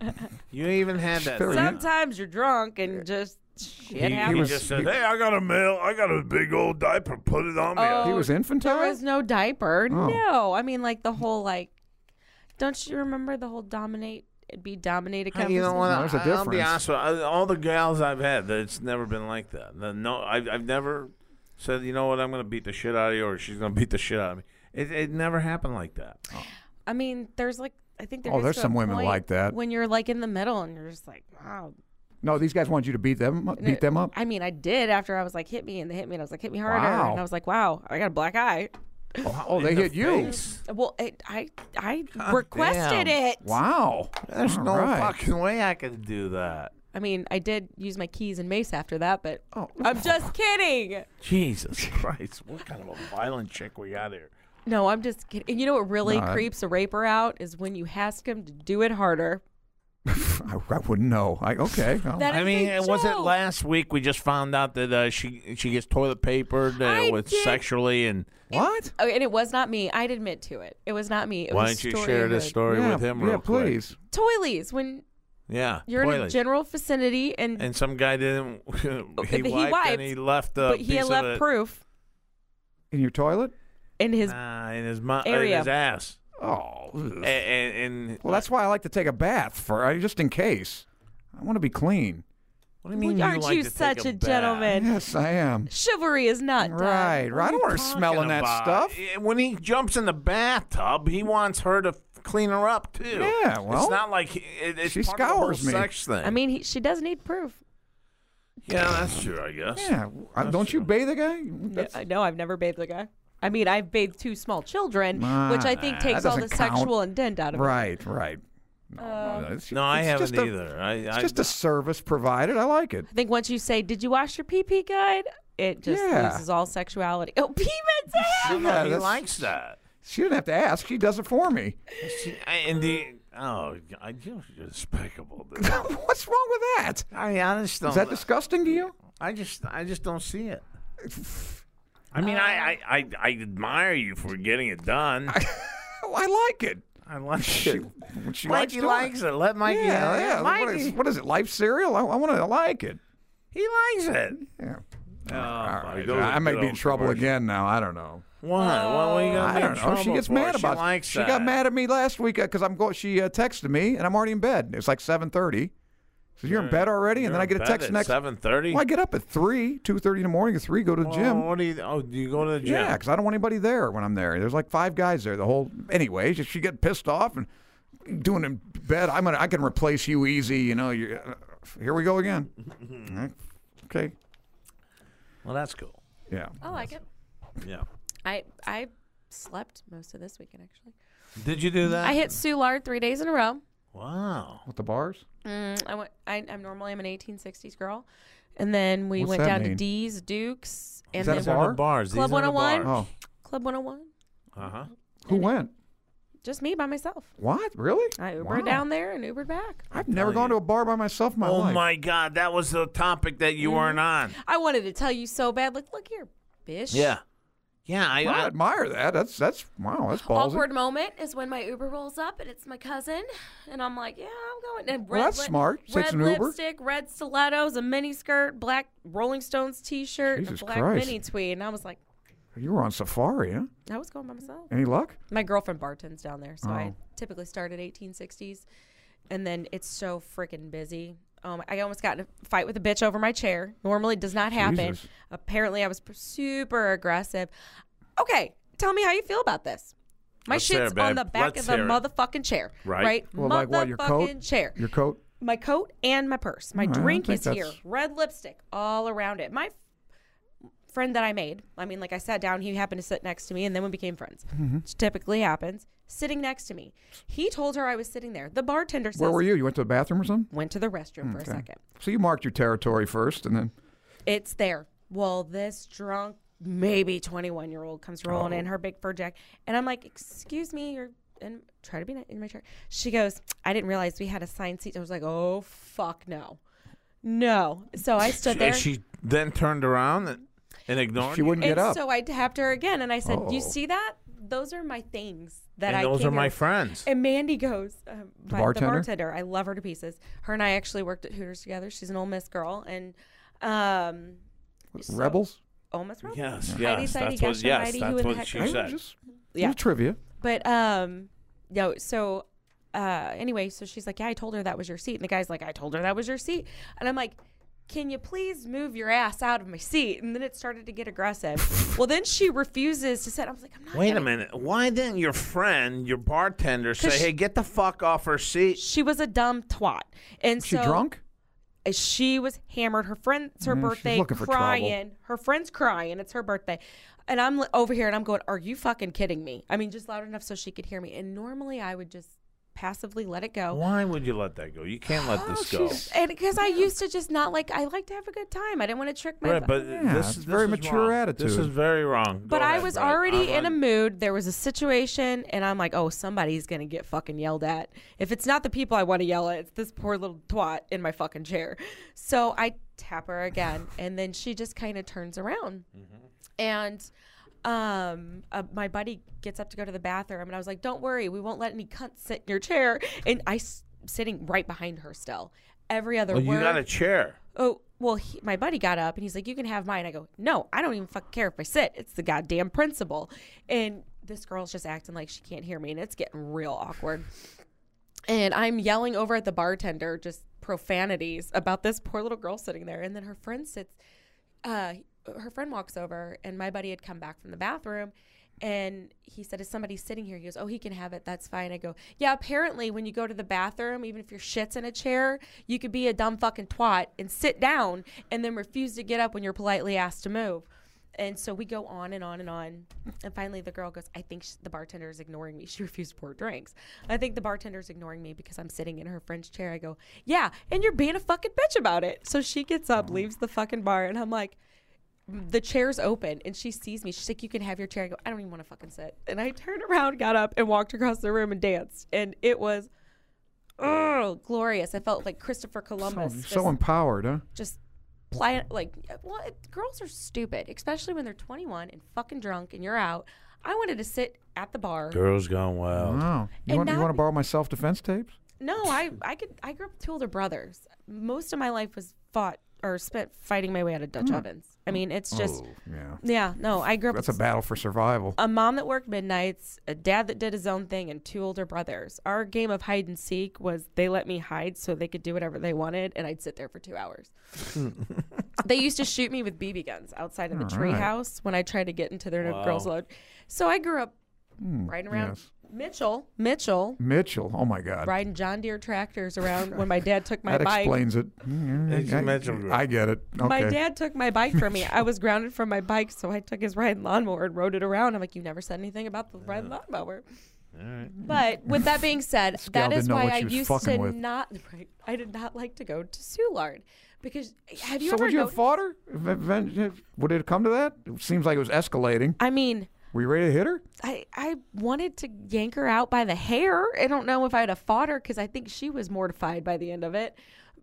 Speaker 3: you even had that.
Speaker 4: Sure,
Speaker 3: thing.
Speaker 4: you-
Speaker 5: Sometimes you're drunk and just shit
Speaker 3: He, he
Speaker 5: happens.
Speaker 3: just said, "Hey, I got a mail. I got a big old diaper. Put it on me."
Speaker 5: Oh,
Speaker 4: He was infantile.
Speaker 5: There was no diaper.
Speaker 4: Oh.
Speaker 5: No, I mean like the whole like. Don't you remember the whole dominate? Be dominated.
Speaker 3: Hey,
Speaker 5: Conversation?
Speaker 3: you know what?
Speaker 4: No, there's a
Speaker 3: I, I'll be honest
Speaker 4: difference.
Speaker 3: with you. All the gals I've had, it's never been like that. The- No, I've, I've never said, you know what, I'm going to beat the shit out of you, or she's going to beat the shit out of me. It, it never happened like that.
Speaker 5: I mean, there's like I think there
Speaker 4: Oh,
Speaker 5: gets
Speaker 4: there's
Speaker 5: to a
Speaker 4: some women
Speaker 5: point
Speaker 4: like that.
Speaker 5: when you're like in the middle and you're just like, wow.
Speaker 4: no, these guys wanted you to beat them up-
Speaker 5: And
Speaker 4: beat
Speaker 5: it-
Speaker 4: them up.
Speaker 5: I mean, I did after I was like, hit me and they hit me and I was like, hit me harder
Speaker 4: Wow.
Speaker 5: and I was like, wow, I got a black eye.
Speaker 4: Oh, oh, they
Speaker 3: In the
Speaker 4: hit you.
Speaker 3: face?
Speaker 5: Well, it, I
Speaker 4: [LAUGHS]
Speaker 5: I requested
Speaker 3: damn.
Speaker 5: it.
Speaker 4: Wow.
Speaker 3: There's
Speaker 4: All
Speaker 3: no
Speaker 4: right.
Speaker 3: fucking way I could do that.
Speaker 5: I mean, I did use my keys and mace after that, but
Speaker 4: Oh.
Speaker 5: I'm just kidding.
Speaker 4: [LAUGHS]
Speaker 3: Jesus Christ. What kind of a violent chick we got here?
Speaker 5: No, I'm just kidding. And you know what really
Speaker 4: No, I-
Speaker 5: creeps a raper out is when you ask him to do it harder.
Speaker 4: I, I wouldn't know. I okay. Oh, well,
Speaker 5: That
Speaker 3: I
Speaker 5: is
Speaker 3: mean,
Speaker 5: a
Speaker 3: it wasn't
Speaker 5: joke.
Speaker 3: last week we just found out that uh, she she gets toilet papered uh,
Speaker 5: I
Speaker 3: with
Speaker 5: did-
Speaker 3: sexually and
Speaker 4: what?
Speaker 5: Oh, and it was not me. I'd admit to it. It was not me. It
Speaker 3: why
Speaker 5: was
Speaker 3: don't you
Speaker 5: story
Speaker 3: share this
Speaker 5: hood.
Speaker 3: story
Speaker 4: yeah,
Speaker 3: with him
Speaker 4: yeah,
Speaker 3: real quick?
Speaker 4: please.
Speaker 5: Toilies, when
Speaker 3: Yeah.
Speaker 5: you're in a
Speaker 3: toilet.
Speaker 5: general vicinity and,
Speaker 3: and some guy didn't. [LAUGHS] he, wiped
Speaker 5: he
Speaker 3: and
Speaker 5: wiped,
Speaker 3: he left a
Speaker 5: but he
Speaker 3: piece
Speaker 5: had left
Speaker 3: of it,
Speaker 5: proof
Speaker 4: In your toilet?
Speaker 5: in his
Speaker 3: nah, in his mouth, in
Speaker 5: area.
Speaker 3: his ass,
Speaker 4: Oh.
Speaker 3: and, and, and
Speaker 4: Well, that's why I like to take a bath for I- just in case. I want to be clean.
Speaker 3: what do you mean?
Speaker 5: Well, aren't
Speaker 3: you like
Speaker 5: you
Speaker 3: to take
Speaker 5: such
Speaker 3: a,
Speaker 5: a
Speaker 3: bath?
Speaker 5: gentleman?
Speaker 4: Yes, I am.
Speaker 5: [LAUGHS] chivalry is not done.
Speaker 4: Right. right. I don't want her
Speaker 3: Talking
Speaker 4: smelling that
Speaker 3: about-
Speaker 4: stuff.
Speaker 3: Yeah, When he jumps in the bathtub, he wants her to clean her up too.
Speaker 4: Yeah, well,
Speaker 3: it's not like he- it, it's
Speaker 4: she
Speaker 3: part of the whole
Speaker 4: scours me.
Speaker 3: sex thing.
Speaker 5: I mean, he, she does need proof.
Speaker 3: yeah, that's true. I guess.
Speaker 4: Yeah. I- don't you bathe the guy?
Speaker 5: No, I- no, I've never bathed a guy. I mean, I've bathed two small children, which I think
Speaker 4: Nah,
Speaker 5: takes
Speaker 4: that
Speaker 5: all the
Speaker 4: doesn't count.
Speaker 5: sexual intent out of it.
Speaker 4: Right, right. No, no, it's,
Speaker 3: No, I
Speaker 4: it's
Speaker 3: haven't
Speaker 4: just a-
Speaker 3: either. I,
Speaker 4: It's
Speaker 3: I,
Speaker 4: just a service provided. I like it.
Speaker 5: I think once you say, "Did you wash your pee pee good?" it just
Speaker 4: Yeah.
Speaker 5: loses all sexuality. Oh, pee
Speaker 3: No,
Speaker 5: pee
Speaker 3: no,
Speaker 4: Yeah,
Speaker 3: he
Speaker 4: that's-
Speaker 3: likes that.
Speaker 4: She didn't have to ask. She does it for me. [LAUGHS]
Speaker 3: She, I- and the oh, I, you're despicable.
Speaker 4: [LAUGHS]
Speaker 3: Dude.
Speaker 4: What's wrong with that?
Speaker 3: I, I just don't.
Speaker 4: Is that disgusting to you?
Speaker 3: I just I just don't see it. I
Speaker 4: Uh,
Speaker 3: mean, I, I, I, I admire you for getting it done. I,
Speaker 4: Oh, I like it.
Speaker 3: like
Speaker 4: She,
Speaker 3: it.
Speaker 4: when she likes
Speaker 3: Mikey
Speaker 4: doing
Speaker 3: likes
Speaker 4: it.
Speaker 3: it. Let Mikey.
Speaker 4: Yeah, yeah. What,
Speaker 3: Mikey,
Speaker 4: is, what is it? Life cereal? I, I want to like it.
Speaker 3: he likes it.
Speaker 4: Yeah.
Speaker 3: Oh,
Speaker 4: All right. I may be in trouble again now. I don't know.
Speaker 3: Why? Why were you gonna
Speaker 4: I
Speaker 3: be in
Speaker 4: don't know. She
Speaker 3: trouble
Speaker 4: gets
Speaker 3: for?
Speaker 4: mad about.
Speaker 3: She likes
Speaker 4: she
Speaker 3: that.
Speaker 4: got mad at me last week because I'm going. She uh, texted me and I'm already in bed. It's like 7:30. Says you're in bed already, and then I get a text next.
Speaker 3: seven thirty.
Speaker 4: Well, I get up at three, two thirty in the morning, at three, go to the gym.
Speaker 3: What do you? Oh, do you go to the gym?
Speaker 4: Yeah, because I don't want anybody there when I'm there. There's like five guys there. The whole anyway. She get pissed off and doing in bed. I'm gonna. I can replace you easy. You know. You're, uh, here we
Speaker 3: [LAUGHS]
Speaker 4: go again. okay.
Speaker 3: Well, that's cool.
Speaker 4: Yeah.
Speaker 5: I like it.
Speaker 3: Yeah.
Speaker 5: I I slept most of this weekend actually.
Speaker 3: Did you do that?
Speaker 5: I hit Soulard three days in a row.
Speaker 3: Wow.
Speaker 4: With the bars?
Speaker 5: Mm, I went. I, I'm normally I'm an 1860s girl, and then we
Speaker 4: What's
Speaker 5: went
Speaker 4: that
Speaker 5: down
Speaker 4: mean?
Speaker 5: to D's, Duke's,
Speaker 4: that
Speaker 5: and
Speaker 4: a
Speaker 5: then
Speaker 3: These are the
Speaker 4: bar?
Speaker 3: bars.
Speaker 5: Club
Speaker 3: These are the
Speaker 5: 101?
Speaker 4: Oh,
Speaker 3: bars.
Speaker 5: Club 101.
Speaker 3: Uh huh.
Speaker 4: who went?
Speaker 5: Just me by myself.
Speaker 4: What? Really?
Speaker 5: I Ubered
Speaker 4: Wow.
Speaker 5: down there and Ubered back.
Speaker 4: I've never gone to a bar by myself in my
Speaker 3: oh
Speaker 4: life.
Speaker 3: my God, that was the topic that you weren't
Speaker 4: Mm-hmm.
Speaker 3: on.
Speaker 5: I wanted to tell you so bad. Like, look here, bish.
Speaker 3: Yeah. Yeah. I,
Speaker 4: I
Speaker 3: I,
Speaker 4: admire that. That's that's wow. That's ballsy.
Speaker 5: Awkward moment is when my Uber rolls up and it's my cousin, and I'm like, yeah, I'm going. And
Speaker 4: Well,
Speaker 5: red
Speaker 4: that's smart. So it's
Speaker 5: Red
Speaker 4: an Uber?
Speaker 5: lipstick, red stilettos, a mini skirt, black Rolling Stones T-shirt, and
Speaker 4: Jesus
Speaker 5: a black
Speaker 4: Christ.
Speaker 5: mini tweed, and I was like,
Speaker 4: You were on safari, huh?
Speaker 5: I was going by myself.
Speaker 4: Any luck?
Speaker 5: My girlfriend bartends down there, so
Speaker 3: Oh.
Speaker 5: I typically start at 1860s, and then it's so freaking busy. Um, I almost got in a fight with a bitch over my chair. Normally, does not happen.
Speaker 4: Jesus.
Speaker 5: Apparently, I was p- super aggressive. Okay, tell me how you feel about this. My
Speaker 3: Let's hear it,
Speaker 5: shit's
Speaker 3: babe.
Speaker 5: on the back
Speaker 3: Let's
Speaker 5: of the
Speaker 3: hear it.
Speaker 5: motherfucking chair.
Speaker 3: Right.
Speaker 5: Right.
Speaker 4: Well,
Speaker 5: motherfucking
Speaker 4: like what? Your coat?
Speaker 5: chair.
Speaker 4: Your coat?
Speaker 5: my coat and my purse. My
Speaker 4: All right, I
Speaker 5: drink
Speaker 4: think
Speaker 5: is here.
Speaker 4: that's-
Speaker 5: Red lipstick all around it. My f- friend that I made, I mean, like I sat down, he happened to sit next to me, and then we became friends.
Speaker 4: Mm-hmm.
Speaker 5: Which typically happens. Sitting next to me. He told her I was sitting there. The bartender says,
Speaker 4: Where were you? You went to the bathroom or something?
Speaker 5: Went to the restroom for a second.
Speaker 4: So you marked your territory first, and then
Speaker 5: It's there. Well, this drunk, maybe 21 year old comes rolling
Speaker 3: Oh.
Speaker 5: in her big fur jacket. And I'm like, Excuse me, you're and try to be ni- in my chair. She goes, I didn't realize we had assigned seats. I was like, Oh, fuck, no. No.
Speaker 3: [LAUGHS]
Speaker 5: So I stood there.
Speaker 3: and she then turned around and, and ignored
Speaker 4: she
Speaker 3: you?
Speaker 4: wouldn't
Speaker 5: and
Speaker 4: get up.
Speaker 5: so I tapped her again and I said,
Speaker 4: Oh.
Speaker 5: You see that? Those are my things that
Speaker 3: And
Speaker 5: I
Speaker 3: those
Speaker 5: came
Speaker 3: are my
Speaker 5: here-
Speaker 3: friends.
Speaker 5: And Mandy goes, um, by-
Speaker 4: bartender?
Speaker 5: bartender. I love her to pieces. Her and I actually worked at Hooters together. She's an old Miss girl. And um, so-
Speaker 4: Rebels?
Speaker 5: Ole Miss girl?
Speaker 3: Yes,
Speaker 5: Heidi,
Speaker 3: yes,
Speaker 5: Heidi,
Speaker 3: that's what,
Speaker 5: Gesha,
Speaker 3: yes,
Speaker 5: Heidi, who
Speaker 3: that's
Speaker 5: in the
Speaker 3: what
Speaker 5: heck
Speaker 4: I
Speaker 3: she
Speaker 5: knows?
Speaker 3: said.
Speaker 4: just
Speaker 5: Yeah.
Speaker 4: little trivia.
Speaker 5: But um, no. So uh, anyway, so she's like, "Yeah, I told her that was your seat," and the guy's like, "I told her that was your seat," and I'm like. Can you please move your ass out of my seat? And then it started to
Speaker 4: [LAUGHS]
Speaker 5: get aggressive. well, then she refuses to sit. I was like, I'm not.
Speaker 3: Wait a
Speaker 5: gonna-
Speaker 3: minute. Why didn't your friend, your bartender, say,
Speaker 5: she-
Speaker 3: "Hey, get the fuck off her seat"?
Speaker 5: She was a dumb twat, and
Speaker 4: She
Speaker 5: so uh,
Speaker 4: drunk?
Speaker 5: she was hammered. Her friend's her
Speaker 4: Mm, she's
Speaker 5: birthday,
Speaker 4: looking for trouble.
Speaker 5: crying. Her friend's crying. It's her birthday, and I'm li- over here and I'm going, "Are you fucking kidding me?" I mean, just loud enough so she could hear me. And normally I would just passively let it go.
Speaker 3: Why would you let that go? You can't
Speaker 5: Oh,
Speaker 3: let this go.
Speaker 5: And because I used to just not like, I like to have a good time. I didn't want to trick my.
Speaker 3: Right, but
Speaker 4: Yeah,
Speaker 3: this,
Speaker 4: it's
Speaker 3: this
Speaker 4: very
Speaker 3: is
Speaker 4: mature
Speaker 3: wrong.
Speaker 4: attitude.
Speaker 3: This is very wrong. Go
Speaker 5: but I
Speaker 3: ahead,
Speaker 5: was
Speaker 3: Brett.
Speaker 5: already
Speaker 3: I'm
Speaker 5: in a
Speaker 3: on-
Speaker 5: mood. There was a situation, and I'm like, oh, somebody's gonna get fucking yelled at. If it's not the people I want to yell at, it's this poor little twat in my fucking chair. So I tap
Speaker 3: [LAUGHS]
Speaker 5: her again, and then she just kind of turns around,
Speaker 3: Mm-hmm.
Speaker 5: and. Um, uh, my buddy gets up to go to the bathroom, and I was like, "Don't worry, we won't let any cunt sit in your chair." And I s- sitting right behind her still. Every other
Speaker 3: Well,
Speaker 5: word,
Speaker 3: Oh, you got a chair.
Speaker 5: oh well he, my buddy got up and he's like you can have mine i go no i don't even fucking care if i sit it's the goddamn principle and this girl's just acting like she can't hear me and it's getting real awkward and i'm yelling over at the bartender just profanities about this poor little girl sitting there and then her friend sits uh, her friend walks over and my buddy had come back from the bathroom and he said is somebody sitting here he goes oh he can have it that's fine i go yeah apparently when you go to the bathroom even if your shit's in a chair you could be a dumb fucking twat and sit down and then refuse to get up when you're politely asked to move and so we go on and on and on and finally the girl goes i think sh- the bartender is ignoring me [LAUGHS] she refused to pour drinks i think the bartender is ignoring me because i'm sitting in her friend's chair i go yeah and you're being a fucking bitch about it so she gets up
Speaker 4: Mm-hmm.
Speaker 5: leaves the fucking bar and i'm like the chair's open and she sees me. She's like, You can have your chair. I go, I don't even want to fucking sit. And I turned around, got up, and walked across the room and danced. And it was oh glorious. I felt like Christopher
Speaker 4: So,
Speaker 5: Columbus.
Speaker 4: Oh, so
Speaker 5: just,
Speaker 4: empowered, huh?
Speaker 5: just ply like well, it- girls are stupid, especially when they're twenty one and fucking drunk and you're out. I wanted to sit at the bar.
Speaker 3: Girls gone wild.
Speaker 4: Wow. You
Speaker 5: And
Speaker 4: want, you
Speaker 5: now-
Speaker 4: want to borrow my self defense tapes?
Speaker 5: No, I, I could I grew up with two older brothers. Most of my life was fought or spent fighting my way out of Dutch ovens. I mean, it's just
Speaker 4: Hmm. oh, yeah.
Speaker 5: yeah, no, I grew up
Speaker 4: That's a
Speaker 5: with
Speaker 4: battle for survival.
Speaker 5: a mom that worked midnights, a dad that did his own thing, and two older brothers. Our game of hide and seek was they let me hide so they could do whatever they wanted, and I'd sit there for
Speaker 4: [LAUGHS]
Speaker 5: two hours. they used to shoot me with BB guns outside of the
Speaker 4: All right.
Speaker 5: treehouse when I tried to get into their
Speaker 3: Wow.
Speaker 5: girls' lodge. So I grew up riding around
Speaker 4: Hmm, yes.
Speaker 5: Mitchell, Mitchell,
Speaker 4: Mitchell. Oh my God.
Speaker 5: riding John Deere tractors around when my dad took my
Speaker 4: that
Speaker 5: bike.
Speaker 4: explains it. Mm,
Speaker 3: It's
Speaker 4: I-
Speaker 3: Mitchell.
Speaker 4: I, get it. Okay.
Speaker 5: My dad took my bike from me.
Speaker 4: [LAUGHS]
Speaker 5: I was grounded from my bike, so I took his riding lawnmower and rode it around. I'm like, you never said anything about the riding lawnmower. But with that being said,
Speaker 4: This gal
Speaker 5: that is
Speaker 4: didn't know
Speaker 5: why
Speaker 4: what
Speaker 5: I
Speaker 4: she was
Speaker 5: used
Speaker 4: fucking
Speaker 5: to
Speaker 4: with.
Speaker 5: not. Right, I did not like to go to Soulard because have you
Speaker 4: so
Speaker 5: ever?
Speaker 4: would you have
Speaker 5: noticed-
Speaker 4: fought her? Ven- ven- Would it come to that? It seems like it was escalating.
Speaker 5: I mean,
Speaker 4: Were you ready to hit her?
Speaker 5: I I wanted to yank her out by the hair. I don't know if I'd have fought her because I think she was mortified by the end of it.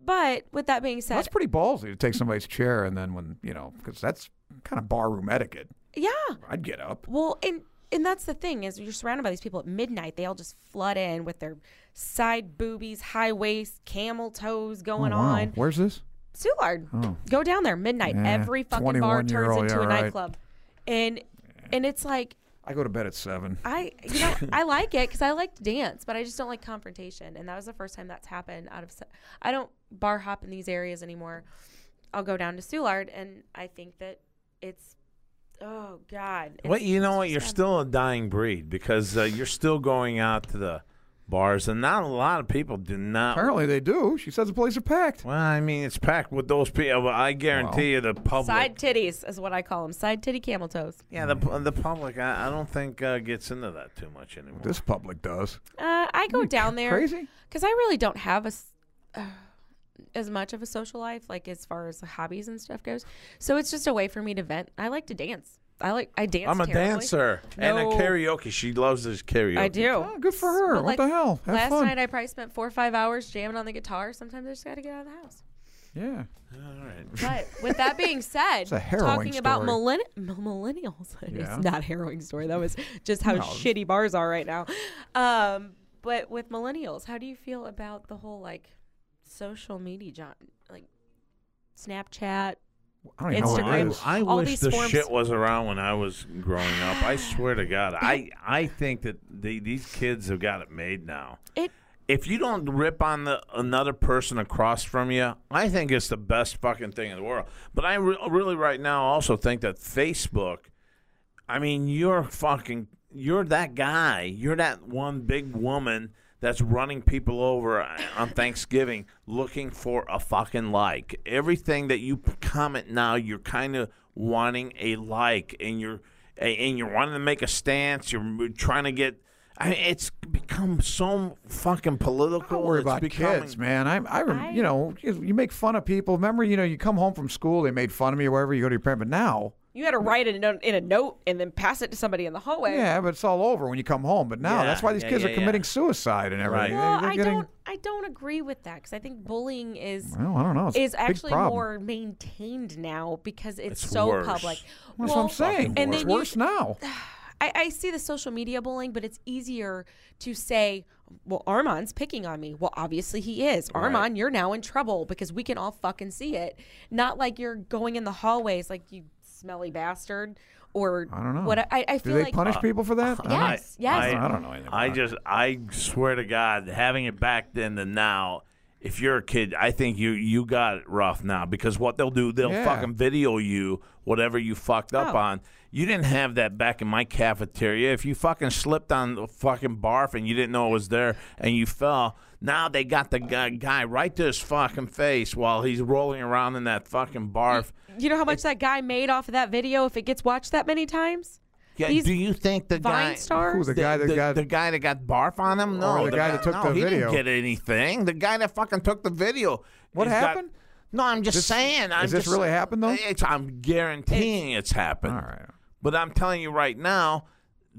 Speaker 5: But with that being said,
Speaker 4: That's pretty ballsy to take somebody's chair and then when you know because that's kind of barroom etiquette.
Speaker 5: yeah,
Speaker 4: I'd get up.
Speaker 5: Well, and and that's the thing is you're surrounded by these people at midnight. They all just flood in with their side boobies, high waist, camel
Speaker 4: Oh,
Speaker 5: toes going on.
Speaker 4: Where's this?
Speaker 5: Soulard, go down there midnight.
Speaker 4: Oh. Yeah,
Speaker 5: Every fucking bar
Speaker 4: 21 year
Speaker 5: turns
Speaker 4: old,
Speaker 5: into
Speaker 4: yeah,
Speaker 5: a
Speaker 4: right.
Speaker 5: nightclub, and and it's like
Speaker 4: I go to bed at seven.
Speaker 5: I
Speaker 4: [LAUGHS]
Speaker 5: you know I like it because I like to dance, but I just don't like confrontation. And that was the first time that's happened. Out of se- I don't bar hop in these areas anymore. I'll go down to Soulard, and I think that it's oh god.
Speaker 3: Well,
Speaker 5: it's-
Speaker 3: you know
Speaker 5: it's
Speaker 3: what? You're
Speaker 5: just
Speaker 3: still a dying breed because uh, you're still going out to the bars, and not a lot of people do not.
Speaker 4: Apparently they do. She says the place are packed.
Speaker 3: Well, I mean, it's packed with those people. I guarantee you, the public.
Speaker 5: Side titties is what I call them. Side titty camel toes.
Speaker 3: yeah, the pu- the public. I, I don't think uh, gets into that too much anymore.
Speaker 4: This public does.
Speaker 5: Uh, I go down there
Speaker 4: Crazy.
Speaker 5: because I really don't have a s- uh, as much of a social life, like as far as hobbies and stuff goes. So it's just a way for me to vent. I like to dance. I like I dance.
Speaker 3: I'm a
Speaker 5: terribly.
Speaker 3: dancer and a
Speaker 5: No.
Speaker 3: karaoke. She loves this karaoke.
Speaker 5: I do.
Speaker 4: Oh, good for her.
Speaker 5: But,
Speaker 4: What the hell? Have
Speaker 5: last
Speaker 4: fun.
Speaker 5: night I probably spent four or five hours jamming on the guitar. Sometimes I just got to get out of the house.
Speaker 4: Yeah.
Speaker 5: But with
Speaker 4: [LAUGHS]
Speaker 5: that being said,
Speaker 4: a harrowing
Speaker 5: talking about
Speaker 4: story.
Speaker 5: millenni- mil- millennials, [LAUGHS]
Speaker 4: Yeah.
Speaker 5: it's not a harrowing story. That was just how
Speaker 4: No.
Speaker 5: shitty bars are right now. Um, but with millennials, how do you feel about the whole like social media, John, like Snapchat?
Speaker 4: I don't even know what it
Speaker 5: Instagram.
Speaker 4: is.
Speaker 3: I, I
Speaker 5: All
Speaker 3: wish
Speaker 5: these
Speaker 3: the
Speaker 5: forms-
Speaker 3: shit was around when I was growing up.
Speaker 5: [SIGHS]
Speaker 3: I swear to God, I I think that they, these kids have got it made now.
Speaker 5: It
Speaker 3: If you don't rip on the another person across from you, I think it's the best fucking thing in the world. But I re- really right now also think that Facebook. I mean, you're fucking. You're that guy. You're that one big woman that's running people over on Thanksgiving looking for a fucking like. Everything that you p- comment now, you're kind of wanting a like, and you're and you're wanting to make a stance. You're m- trying to get. I, it's become so fucking political.
Speaker 4: Don't worry
Speaker 3: it's
Speaker 4: about
Speaker 3: becoming,
Speaker 4: kids, man. I, I, rem-
Speaker 5: I-
Speaker 4: you know, you you make fun of people. Remember, you know, you come home from school, they made fun of me or wherever you go to your parent. But now,
Speaker 5: you had to write it in a, in a note and then pass it to somebody in the hallway.
Speaker 4: yeah, but it's all over when you come home. But now,
Speaker 3: Yeah,
Speaker 4: that's why these
Speaker 3: yeah,
Speaker 4: kids
Speaker 3: yeah,
Speaker 4: are
Speaker 3: yeah.
Speaker 4: committing suicide and everything.
Speaker 3: Right.
Speaker 4: They-
Speaker 5: Well,
Speaker 4: they're
Speaker 5: I
Speaker 4: getting-
Speaker 5: don't. I don't agree with that because I think bullying is
Speaker 4: Well, I don't know. It's
Speaker 5: is
Speaker 4: a big
Speaker 5: actually
Speaker 4: problem.
Speaker 5: more maintained now because it's,
Speaker 3: It's
Speaker 5: so
Speaker 3: worse.
Speaker 5: public.
Speaker 4: That's what
Speaker 5: well,
Speaker 4: I'm saying.
Speaker 5: And
Speaker 4: it's
Speaker 5: then you-
Speaker 4: worse now.
Speaker 5: I, I see the social media bullying, but it's easier to say, well, Armand's picking on me. Well, obviously he is. Armand, you're now in trouble because we can all fucking see it. Not like you're going in the hallways like you smelly bastard or
Speaker 4: I don't know.
Speaker 5: What I, I
Speaker 4: Do
Speaker 5: feel
Speaker 4: they
Speaker 5: like
Speaker 4: punish
Speaker 3: Uh,
Speaker 4: people for that? I don't-
Speaker 5: yeah. Yes, yes.
Speaker 4: I don't know anything
Speaker 3: I
Speaker 4: about
Speaker 3: just, I swear to God, having it back then to now, if you're a kid, I think you you got it rough now because what they'll do, they'll
Speaker 4: Yeah.
Speaker 3: fucking video you whatever you fucked up
Speaker 5: Oh.
Speaker 3: on. You didn't have that back in my cafeteria. If you fucking slipped on the fucking barf and you didn't know it was there and you fell, now they got the guy, guy right to his fucking face while he's rolling around in that fucking barf.
Speaker 5: you know how much that guy made off of that video if it gets watched that many times?
Speaker 3: Yeah,
Speaker 5: These
Speaker 3: do you think the guy
Speaker 5: Vine stars?
Speaker 4: Who, the guy that
Speaker 3: the,
Speaker 4: got-
Speaker 3: the guy that got barf on him? No,
Speaker 4: Or the guy that took
Speaker 3: no,
Speaker 4: the
Speaker 3: he
Speaker 4: video.
Speaker 3: didn't get anything. The guy that fucking took the video.
Speaker 4: What
Speaker 3: has got-
Speaker 4: happened?
Speaker 3: no, I'm just
Speaker 4: This-
Speaker 3: saying. I'm
Speaker 4: this
Speaker 3: just-
Speaker 4: really happened, though?
Speaker 3: It's, I'm guaranteeing it's, happened.
Speaker 4: All right.
Speaker 3: But I'm telling you right now,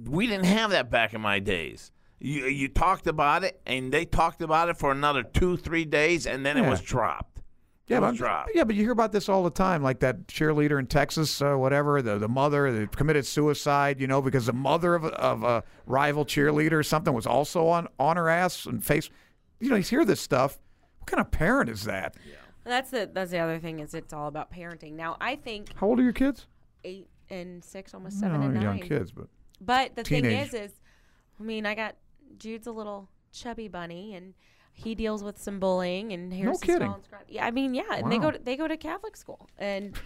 Speaker 3: we didn't have that back in my days. You you talked about it, and they talked about it for another two, three days, and then
Speaker 4: Yeah.
Speaker 3: it was dropped.
Speaker 4: Yeah,
Speaker 3: It
Speaker 4: but
Speaker 3: was
Speaker 4: I'm-
Speaker 3: dropped.
Speaker 4: yeah, but you hear about this all the time, like that cheerleader in Texas, uh, whatever, the, the mother that committed suicide, you know, because the mother of, a- of a rival cheerleader or something was also on, on her ass and face. You know, you hear this stuff. What kind of parent is that?
Speaker 5: That's the that's the other thing is it's all about parenting. Now I think
Speaker 4: How old are your kids?
Speaker 5: eight and six, almost seven
Speaker 4: no,
Speaker 5: and nine.
Speaker 4: young kids, but
Speaker 5: But the
Speaker 4: Teenage.
Speaker 5: thing is, is I mean, I got Jude's a little chubby bunny, and he deals with some bullying and Harrison's
Speaker 4: kidding.
Speaker 5: small and scrawny. Yeah, I mean, yeah, and they
Speaker 4: Wow.
Speaker 5: go to, they go
Speaker 4: [LAUGHS]
Speaker 5: to Catholic school, and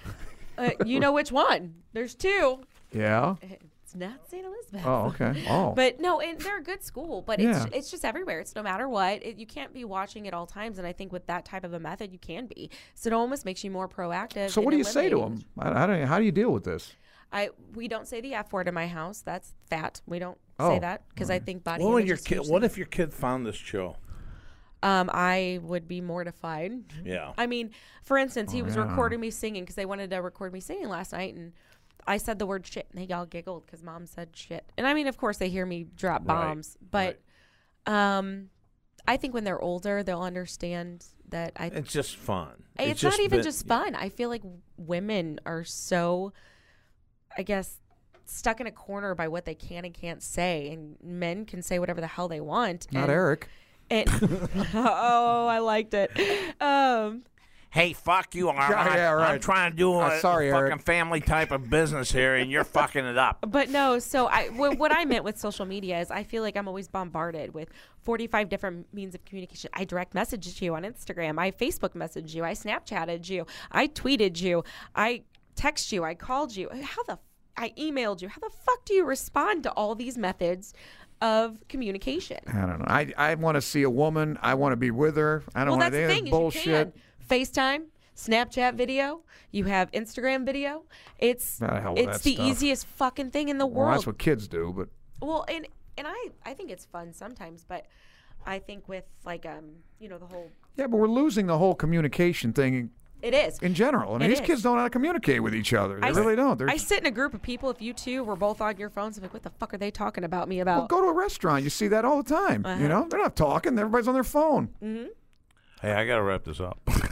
Speaker 5: uh, you know which one? There's two. [LAUGHS]
Speaker 4: yeah.
Speaker 5: It's not St. Elizabeth.
Speaker 4: Oh, okay. Oh.
Speaker 5: But no, and they're a good school, but
Speaker 4: Yeah.
Speaker 5: it's it's just everywhere. It's no matter what. It, you can't be watching at all times, and I think with that type of a method, you can be. So it almost makes you more proactive.
Speaker 4: so what do
Speaker 5: in
Speaker 4: you say to
Speaker 5: eliminating-
Speaker 4: them? How do you, how do you deal with this?
Speaker 5: I we don't say the F word in my house. That's fat. We don't
Speaker 4: Oh,
Speaker 5: say that because I think body.
Speaker 3: What, would
Speaker 5: image
Speaker 3: your
Speaker 5: is
Speaker 3: kid,
Speaker 5: huge.
Speaker 3: what if your kid found this show?
Speaker 5: Um, I would be mortified. [LAUGHS]
Speaker 3: Yeah.
Speaker 5: I mean, for instance, he was recording me singing because they wanted to record me singing last night, and I said the word shit, and they all giggled because mom said shit. And I mean, of course, they hear me drop bombs, but um, I think when they're older, they'll understand that I.
Speaker 3: It's just fun.
Speaker 5: it's, not even
Speaker 3: been-
Speaker 5: just fun. I feel like women are so, I guess, stuck in a corner by what they can and can't say, and men can say whatever the hell they want.
Speaker 4: Not
Speaker 5: and-
Speaker 4: Eric.
Speaker 5: and- [LAUGHS] oh, I liked it. Um,
Speaker 3: Hey, fuck you, Arm.
Speaker 4: [LAUGHS] Yeah, yeah,
Speaker 3: I'm
Speaker 4: right.
Speaker 3: trying to do a,
Speaker 4: Uh,
Speaker 3: a
Speaker 4: sorry,
Speaker 3: fucking
Speaker 4: Eric.
Speaker 3: family type of business here, and you're fucking it up.
Speaker 5: But no, so I wh- what I meant with social media is I feel like I'm always bombarded with 45 different means of communication. I direct messaged you on Instagram. I Facebook messaged you. I Snapchatted you. I tweeted you. I text you. I called you. How the f- I emailed you. How the fuck do you respond to all these methods of communication?
Speaker 4: I don't know. I, I want to see a woman. I want to be with her. I don't
Speaker 5: Well,
Speaker 4: want
Speaker 5: that's
Speaker 4: to
Speaker 5: the
Speaker 4: any of
Speaker 5: thing.
Speaker 4: this
Speaker 5: is
Speaker 4: bullshit.
Speaker 5: You can. FaceTime, Snapchat video. You have Instagram video. It's
Speaker 4: Ah, hell with
Speaker 5: it's
Speaker 4: that
Speaker 5: the
Speaker 4: stuff.
Speaker 5: easiest fucking thing in the
Speaker 4: Well,
Speaker 5: world.
Speaker 4: that's what kids do, but
Speaker 5: Well, and and I I think it's fun sometimes, but I think with like um you know the whole
Speaker 4: yeah, but we're losing the whole communication thing
Speaker 5: it is.
Speaker 4: in general. I mean,
Speaker 5: It
Speaker 4: these
Speaker 5: is.
Speaker 4: kids don't know how to communicate with each other. They
Speaker 5: I s-
Speaker 4: really don't. They're
Speaker 5: I sit in a group of people. If you two were both on your phones, I'm like, what the fuck are they talking about me about?
Speaker 4: Well, go to a restaurant. You see that all the time.
Speaker 5: Uh-huh.
Speaker 4: You know, they're not talking. Everybody's on their phone.
Speaker 3: [LAUGHS]
Speaker 5: Mm.
Speaker 3: Hey, I gotta wrap this up.
Speaker 4: [LAUGHS]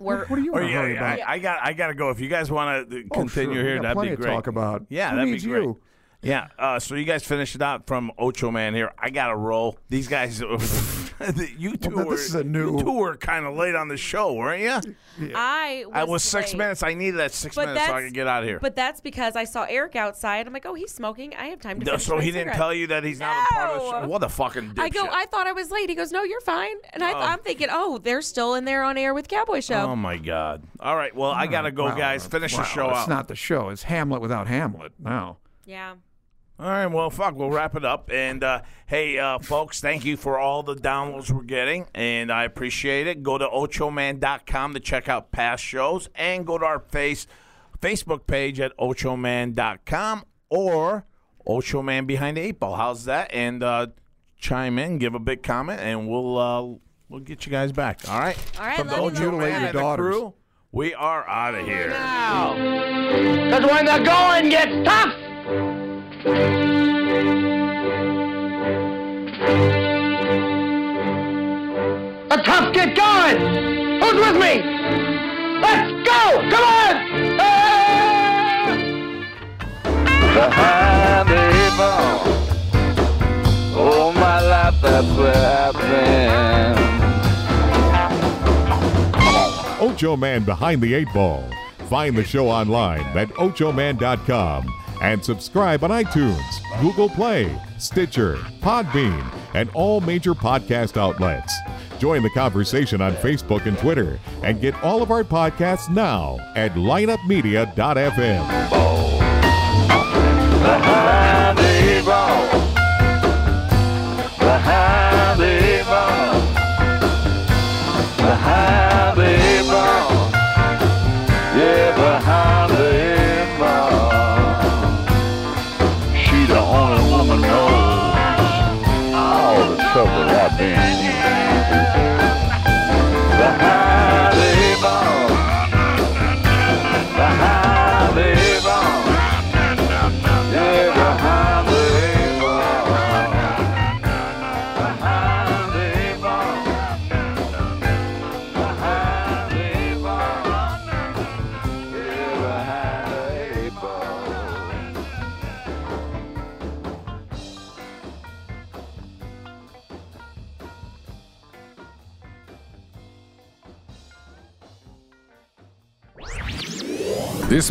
Speaker 5: We're-
Speaker 4: What are
Speaker 3: [LAUGHS]
Speaker 4: you
Speaker 3: Or
Speaker 4: in a
Speaker 3: Oh, yeah,
Speaker 4: hurry
Speaker 3: yeah,
Speaker 4: about?
Speaker 3: I, I got, I gotta go. If you guys want to
Speaker 4: Oh,
Speaker 3: continue
Speaker 4: sure. We
Speaker 3: here,
Speaker 4: got
Speaker 3: that'd
Speaker 4: plenty
Speaker 3: be
Speaker 4: to
Speaker 3: great.
Speaker 4: talk about.
Speaker 3: Yeah,
Speaker 4: Who
Speaker 3: that'd
Speaker 4: needs
Speaker 3: be great.
Speaker 4: you?
Speaker 3: Yeah. Uh, so you guys finish it out from Ocho Man here. I gotta roll. These guys, [LAUGHS] you two
Speaker 4: now
Speaker 3: were
Speaker 4: this is a new-
Speaker 3: you two were kind of late on the show, weren't you?
Speaker 5: I was
Speaker 3: I was six
Speaker 5: late.
Speaker 3: minutes. I needed that six
Speaker 5: But
Speaker 3: minutes so I
Speaker 5: that's-
Speaker 3: could get out of here.
Speaker 5: But that's because I saw Eric outside. I'm like, oh, he's smoking. I have time to.
Speaker 3: No,
Speaker 5: finish
Speaker 3: so
Speaker 5: my
Speaker 3: he didn't
Speaker 5: cigarette."
Speaker 3: tell you that he's not a part of the
Speaker 5: No.
Speaker 3: show. What a fucking dipshit.
Speaker 5: I go. I thought I was late. He goes, no, you're fine. And I, I'm thinking, oh, they're still in there on air with Cowboy Show.
Speaker 3: Oh my god! All right, well I gotta go,
Speaker 4: Wow,
Speaker 3: guys. Finish
Speaker 4: wow,
Speaker 3: the show
Speaker 4: It's
Speaker 3: out.
Speaker 4: not the show. It's Hamlet without Hamlet. Now.
Speaker 5: yeah.
Speaker 3: all right, well fuck, we'll wrap it up. And uh, hey, uh, folks, thank you for all the downloads we're getting, and I appreciate it. Go to ochoman.com to check out past shows, and go to our face Facebook page at ochoman.com or ochoman behind the eight ball. How's that? And uh, chime in, give a big comment, and we'll uh, we'll get you guys back. All right.
Speaker 5: All right.
Speaker 3: From the
Speaker 5: love you,
Speaker 3: Ocho
Speaker 5: love
Speaker 4: mutilate
Speaker 3: Man
Speaker 4: your
Speaker 3: and the
Speaker 4: daughters.
Speaker 3: crew, we are
Speaker 5: Oh,
Speaker 3: out of here.
Speaker 6: Because when the going gets tough, the tough get going. Who's with me? Let's go! Come on! Ah!
Speaker 2: behind the eight ball. All Oh, my life, that's where I've been.
Speaker 1: Ocho Man Behind the Eight Ball. Find the show online at ochoman.com and subscribe on iTunes, Google Play, Stitcher, Podbean, and all major podcast outlets. Join the conversation on Facebook and Twitter and get all of our podcasts now at lineupmedia.fm.
Speaker 2: Behind the eight ball. Behind the eight ball. Behind the eight ball. Yeah, behind the eight ball. She the only woman knows all the trouble I've been in. Behind the eight ball. Behind the eight ball. Yeah, behind the eight ball. Behind the eight ball. Behind the eight ball. Yeah, behind the eight ball.
Speaker 7: This